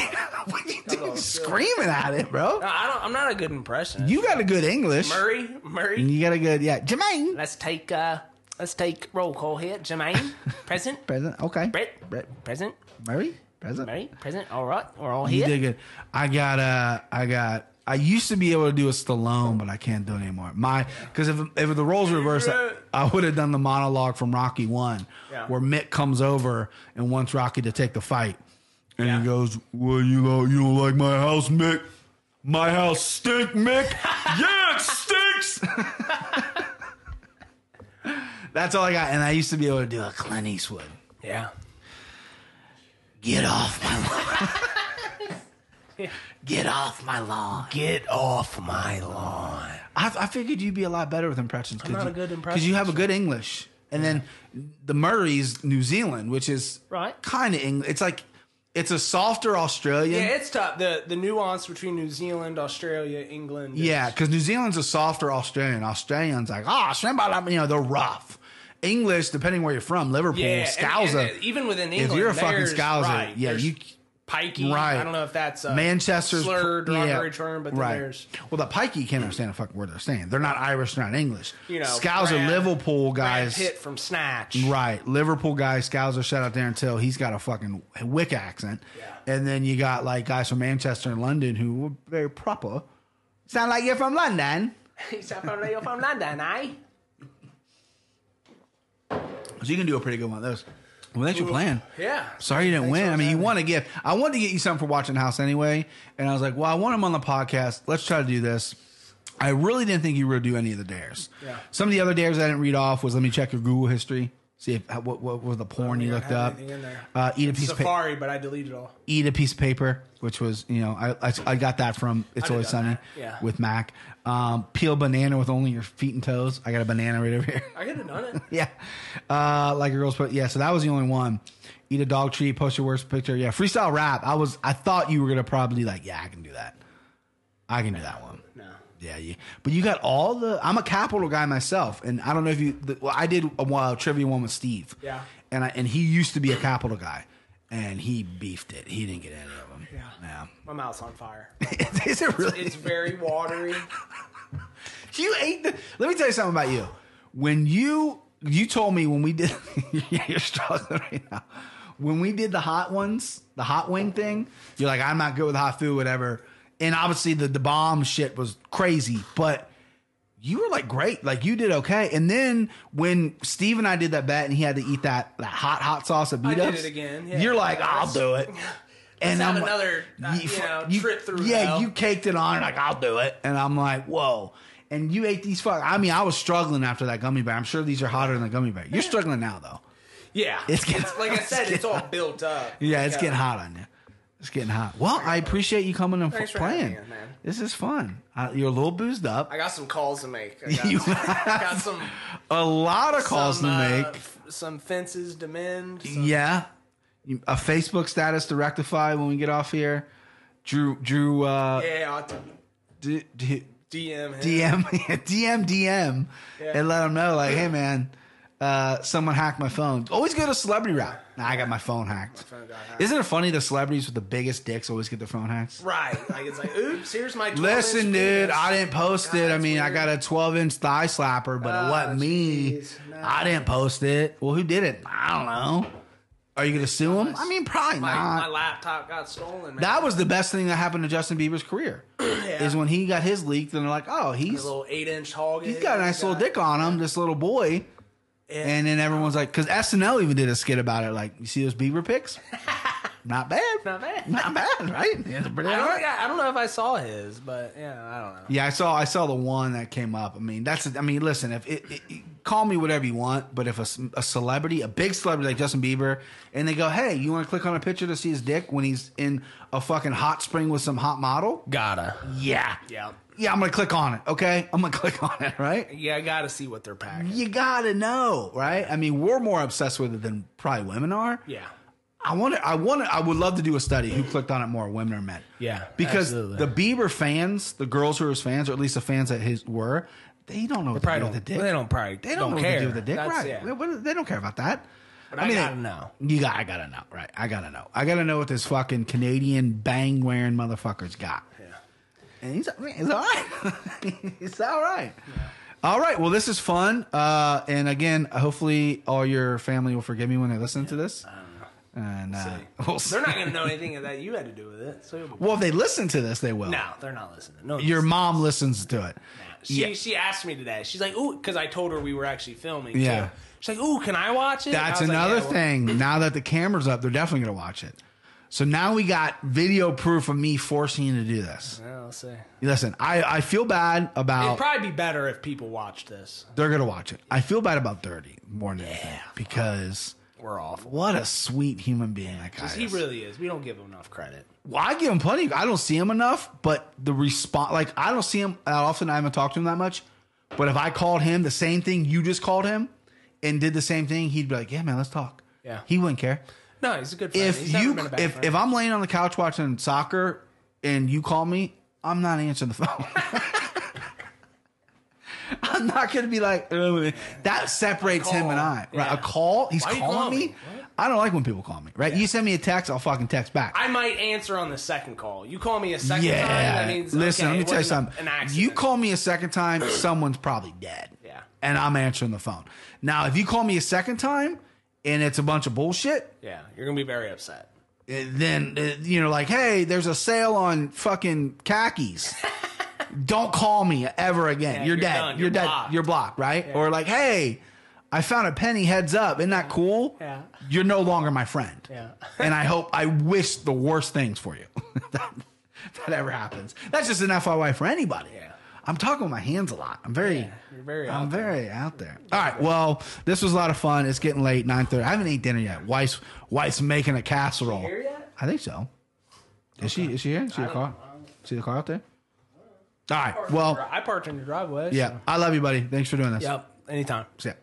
[SPEAKER 2] what are you doing? Screaming at it, bro.
[SPEAKER 8] I don't, I'm not a good impressionist.
[SPEAKER 2] You got a good English.
[SPEAKER 8] Murray, Murray.
[SPEAKER 2] You got a good, yeah. Jermaine.
[SPEAKER 8] Let's take uh, let's take roll call here. Jermaine, present.
[SPEAKER 2] Present. Okay.
[SPEAKER 8] Brett,
[SPEAKER 2] Brett.
[SPEAKER 8] present.
[SPEAKER 2] Murray. Present.
[SPEAKER 8] Murray, present. All right, we're all
[SPEAKER 2] You
[SPEAKER 8] here.
[SPEAKER 2] did good. I got uh I got I used to be able to do a Stallone, but I can't do it anymore. My because if if the roles reversed, I, I would have done the monologue from Rocky One,
[SPEAKER 8] Yeah.
[SPEAKER 2] where Mick comes over and wants Rocky to take the fight, and
[SPEAKER 8] Yeah.
[SPEAKER 2] he goes, "Well, you know, you don't like my house, Mick. My house stink, Mick. yeah, it stinks." That's all I got, and I used to be able to do a Clint Eastwood.
[SPEAKER 8] Yeah.
[SPEAKER 2] Get off my lawn. Get off my lawn.
[SPEAKER 8] Get off my lawn.
[SPEAKER 2] I, I figured you'd be a lot better with impressions. I'm
[SPEAKER 8] not a good
[SPEAKER 2] Because you have a good English. And then the Murray's New Zealand, which is
[SPEAKER 8] Right.
[SPEAKER 2] kind of English. It's like, it's a softer Australian.
[SPEAKER 3] Yeah, it's tough. The the nuance between New Zealand, Australia, England. is-
[SPEAKER 2] Yeah, because New Zealand's a softer Australian. Australians like, ah, oh, you know, they're rough. English, depending where you're from, Liverpool,
[SPEAKER 3] yeah. and-
[SPEAKER 2] Scouser.
[SPEAKER 3] and, uh, even within England,
[SPEAKER 2] if you're a fucking
[SPEAKER 3] there's-
[SPEAKER 2] Scouser,
[SPEAKER 3] right,
[SPEAKER 2] yeah,
[SPEAKER 3] there's
[SPEAKER 2] you
[SPEAKER 3] pikey.
[SPEAKER 2] right.
[SPEAKER 3] I don't know if that's a
[SPEAKER 2] Manchester's
[SPEAKER 3] slurred or
[SPEAKER 2] yeah,
[SPEAKER 3] honorary term, but then there's
[SPEAKER 2] well, the pikey can't understand a fucking word they're saying. They're not Irish, they're not English.
[SPEAKER 3] You know,
[SPEAKER 2] Scouser,
[SPEAKER 3] Brad-
[SPEAKER 2] Liverpool
[SPEAKER 3] Brad
[SPEAKER 2] guys,
[SPEAKER 3] Pitt from Snatch.
[SPEAKER 2] right? Liverpool guys, Scouser, shout out there until he's got a fucking wick accent, and then you got like guys from Manchester and London who were very proper. Sound like you're from London.
[SPEAKER 8] Except I'm not from London, eh?
[SPEAKER 2] So you can do a pretty good one of those. Well, thanks for playing.
[SPEAKER 3] Yeah.
[SPEAKER 2] Sorry you didn't win. I mean, you won a gift. I wanted to get you something for watching the house anyway, and I was like, well, I want him on the podcast. Let's try to do this. I really didn't think you were gonna do any of the dares. Yeah. Some of the other dares I didn't read off was let me check your Google history, see if how- what what was the
[SPEAKER 3] Oh,
[SPEAKER 2] porn you looked up.
[SPEAKER 3] anything in there.
[SPEAKER 2] Uh, eat a piece of pa-
[SPEAKER 3] Safari, but I deleted all.
[SPEAKER 2] eat a piece of paper, which was you know I I, I got that from It's Always Sunny
[SPEAKER 3] Yeah.
[SPEAKER 2] with Mac. Um, peel banana with only your feet and toes. I got a banana right over here.
[SPEAKER 3] I could have done it.
[SPEAKER 2] Yeah. Uh, like a girl's put. Yeah. So that was the only one. Eat a dog treat, post your worst picture. Yeah. Freestyle rap. I was, I thought you were going to probably like, yeah, I can do that. I can do that one. No. Yeah. You, but you got all the, I'm a capital guy myself. And I don't know if you, the, well, I did a while trivia one with Steve.
[SPEAKER 3] Yeah.
[SPEAKER 2] And I, and he used to be a capital guy and he beefed it. He didn't get any of them. Yeah.
[SPEAKER 3] My mouth's on fire.
[SPEAKER 2] Is it really?
[SPEAKER 3] It's very watery.
[SPEAKER 2] You ate the. Let me tell you something about you. When you you told me when we did, yeah, you're struggling right now. When we did the hot ones, the hot wing thing, you're like, I'm not good with hot food, whatever. And obviously the the bomb shit was crazy, but you were like great, like you did okay. And then when Steve and I did that bet, and he had to eat that that hot hot sauce at beat
[SPEAKER 3] did it again, yeah.
[SPEAKER 2] You're like, I'll do it. And
[SPEAKER 3] not
[SPEAKER 2] I'm like-
[SPEAKER 3] another, uh, you
[SPEAKER 2] fu-
[SPEAKER 3] know, trip through
[SPEAKER 2] Yeah,
[SPEAKER 3] hell.
[SPEAKER 2] you caked it on, like I'll do it, and I'm like, whoa. And you ate these fuck. I mean, I was struggling after that gummy bear. I'm sure these are hotter than the gummy bear. You're struggling now though.
[SPEAKER 3] Yeah.
[SPEAKER 2] It's getting
[SPEAKER 3] like I said, it's all built up.
[SPEAKER 2] yeah, it's getting hot on you. It's getting hot. Well, I appreciate you coming and f-
[SPEAKER 3] for having
[SPEAKER 2] playing.
[SPEAKER 3] me, man.
[SPEAKER 2] This is fun. Uh, you're a little boozed up.
[SPEAKER 3] I got some calls to make. I got,
[SPEAKER 2] You
[SPEAKER 3] got some
[SPEAKER 2] A lot of calls
[SPEAKER 3] some,
[SPEAKER 2] to
[SPEAKER 3] uh,
[SPEAKER 2] make.
[SPEAKER 3] f- some fences to mend. some-
[SPEAKER 2] Yeah. You- A Facebook status to rectify when we get off here. Drew, Drew, uh,
[SPEAKER 3] yeah, I'll t-
[SPEAKER 2] d- d-
[SPEAKER 3] DM him.
[SPEAKER 2] DM, DM, DM, and let them know, like, hey, man, uh, someone hacked my phone. Always go to celebrity rap. Nah, I got my phone hacked. Isn't it funny the celebrities with the biggest dicks always get their phone hacked?
[SPEAKER 3] Right. Like it's like, oops, here's my 12
[SPEAKER 2] Listen,
[SPEAKER 3] inch
[SPEAKER 2] dude,
[SPEAKER 3] penis.
[SPEAKER 2] I didn't post it. I
[SPEAKER 3] that's
[SPEAKER 2] mean, I
[SPEAKER 3] weird.
[SPEAKER 2] got a 12 inch thigh slapper, but it wasn't me. I didn't post it. Well, who did it? I don't know. Are you going to sue him? I mean, probably
[SPEAKER 3] my,
[SPEAKER 2] not.
[SPEAKER 3] my laptop got stolen. Man.
[SPEAKER 2] That was the best thing that happened to Justin Bieber's career. Is when he got his leaked, and they're like, "Oh, he's
[SPEAKER 3] little eight inch hog.
[SPEAKER 2] he's got a nice little dick on him, this little boy." And then everyone's like, because SNL even did a skit about it. Like, you see those Bieber pics? Not bad.
[SPEAKER 3] Not bad.
[SPEAKER 2] Not bad, right? Yeah, it's pretty
[SPEAKER 3] I
[SPEAKER 2] all
[SPEAKER 3] don't,
[SPEAKER 2] right.
[SPEAKER 3] think I, I don't know if I saw his, but yeah, I don't know.
[SPEAKER 2] Yeah, I saw I saw the one that came up. I mean, that's I mean, listen, if it, it, it- call me whatever you want, but if a, s- a celebrity, a big celebrity like Justin Bieber, and they go, "Hey, you want to click on a picture to see his dick when he's in a fucking hot spring with some hot model?"
[SPEAKER 3] Gotta.
[SPEAKER 2] Yeah.
[SPEAKER 3] Yeah.
[SPEAKER 2] Yeah, I'm going to click on it, okay? I'm going to click on it, right?
[SPEAKER 3] Yeah, I gotta see what they're packing.
[SPEAKER 2] You got to know, right? I mean, we're more obsessed with it than probably women are.
[SPEAKER 3] Yeah.
[SPEAKER 2] I want to. I want to. I would love to do a study who clicked on it more, women or men.
[SPEAKER 9] Yeah,
[SPEAKER 2] because
[SPEAKER 9] absolutely.
[SPEAKER 2] the Bieber fans, the girls who were his fans, or at least the fans that his were, they don't know what to
[SPEAKER 7] probably
[SPEAKER 2] do with the
[SPEAKER 7] don't-
[SPEAKER 2] dick.
[SPEAKER 7] they don't probably
[SPEAKER 2] They don't,
[SPEAKER 7] don't
[SPEAKER 2] know
[SPEAKER 7] care.
[SPEAKER 2] what to do with the dick,
[SPEAKER 7] That's-
[SPEAKER 2] right?
[SPEAKER 7] yeah.
[SPEAKER 2] They- what- They don't care about that.
[SPEAKER 7] But I gotta know.
[SPEAKER 2] You got. I gotta know, right? I gotta know. I gotta know what this fucking Canadian bang wearing motherfucker's got. Yeah. And he's, he's all right. he's all right. All right. Well, this is fun. Uh, and again, hopefully, all your family will forgive me when they listen to this. And uh, we'll see.
[SPEAKER 7] They're not gonna know anything of that you had to do with it. So it'll be-
[SPEAKER 2] Well, if they listen to this, they will.
[SPEAKER 7] no, they're not listening. No,
[SPEAKER 2] Your mom listens to it.
[SPEAKER 7] She
[SPEAKER 2] Yeah.
[SPEAKER 7] she asked me today. She's like, "Ooh," because I told her we were actually filming.
[SPEAKER 2] Yeah.
[SPEAKER 7] too. She's like, "Ooh, can I watch it?"
[SPEAKER 2] That's
[SPEAKER 7] I was like,
[SPEAKER 2] another
[SPEAKER 7] "Yeah, well,
[SPEAKER 2] thing. now that the camera's up, they're definitely going to watch it. So now we got video proof of me forcing you to do this.
[SPEAKER 7] yeah, I'll say.
[SPEAKER 2] Listen, I, I feel bad
[SPEAKER 7] It'd
[SPEAKER 2] about
[SPEAKER 7] probably be better if people watch this.
[SPEAKER 2] they're going to watch it. I feel bad about Dirty more than anything because
[SPEAKER 7] We're awful.
[SPEAKER 2] what a sweet human being that guy.
[SPEAKER 7] He
[SPEAKER 2] is.
[SPEAKER 7] really is. We don't give him enough credit.
[SPEAKER 2] Well, I give him plenty. I don't see him enough, but the response, like I don't see him that often. I haven't talked to him that much. But if I called him the same thing you just called him and did the same thing, he'd be like, "Yeah, man, let's talk."
[SPEAKER 7] Yeah.
[SPEAKER 2] he wouldn't care.
[SPEAKER 7] No, he's a good friend.
[SPEAKER 2] if
[SPEAKER 7] He's never
[SPEAKER 2] you,
[SPEAKER 7] been a bad
[SPEAKER 2] if
[SPEAKER 7] friend.
[SPEAKER 2] if I'm laying on the couch watching soccer and you call me, I'm not answering the phone. I'm not gonna be like "Ugh." that separates him and I. Right,
[SPEAKER 7] Yeah.
[SPEAKER 2] a call. He's
[SPEAKER 7] Why you
[SPEAKER 2] calling
[SPEAKER 7] calling
[SPEAKER 2] me.
[SPEAKER 7] me?
[SPEAKER 2] I don't like when people call me. Right, you send me a text, I'll fucking text back.
[SPEAKER 7] I might answer on the second call. You call me a second
[SPEAKER 2] yeah.
[SPEAKER 7] time. That means
[SPEAKER 2] Listen,
[SPEAKER 7] okay,
[SPEAKER 2] let me
[SPEAKER 7] it
[SPEAKER 2] tell you
[SPEAKER 7] wasn't a-
[SPEAKER 2] something.
[SPEAKER 7] An accident.
[SPEAKER 2] You call me a second time, someone's probably dead.
[SPEAKER 7] Yeah.
[SPEAKER 2] And I'm answering the phone. Now, if you call me a second time and it's a bunch of bullshit,
[SPEAKER 7] Yeah, you're gonna be very upset.
[SPEAKER 2] eh, then eh, you know, like, hey, there's a sale on fucking khakis. Don't call me ever again. you're,
[SPEAKER 7] you're
[SPEAKER 2] dead.
[SPEAKER 7] done.
[SPEAKER 2] You're,
[SPEAKER 7] You're
[SPEAKER 2] dead.
[SPEAKER 7] blocked.
[SPEAKER 2] You're blocked, right? Or like, hey, I found a penny heads up. Isn't that cool?
[SPEAKER 7] Yeah.
[SPEAKER 2] You're no longer my friend.
[SPEAKER 7] Yeah.
[SPEAKER 2] and I hope I wish the worst things for you. that, that ever happens. That's just an FYI for anybody.
[SPEAKER 7] Yeah.
[SPEAKER 2] I'm talking with my hands a lot. I'm very,
[SPEAKER 7] you're very
[SPEAKER 2] I'm
[SPEAKER 7] out there.
[SPEAKER 2] very out there. All right. Well, this was a lot of fun. It's getting late, nine thirty. I haven't eaten dinner yet. Wife's wife's making a casserole.
[SPEAKER 7] here yet?
[SPEAKER 2] I think so. Is she? Is she here? See the car? See the car out there? All right. Well,
[SPEAKER 7] I parked in your driveway.
[SPEAKER 2] yeah. I love you, buddy. Thanks for doing this.
[SPEAKER 7] Yep. Anytime.
[SPEAKER 2] See ya.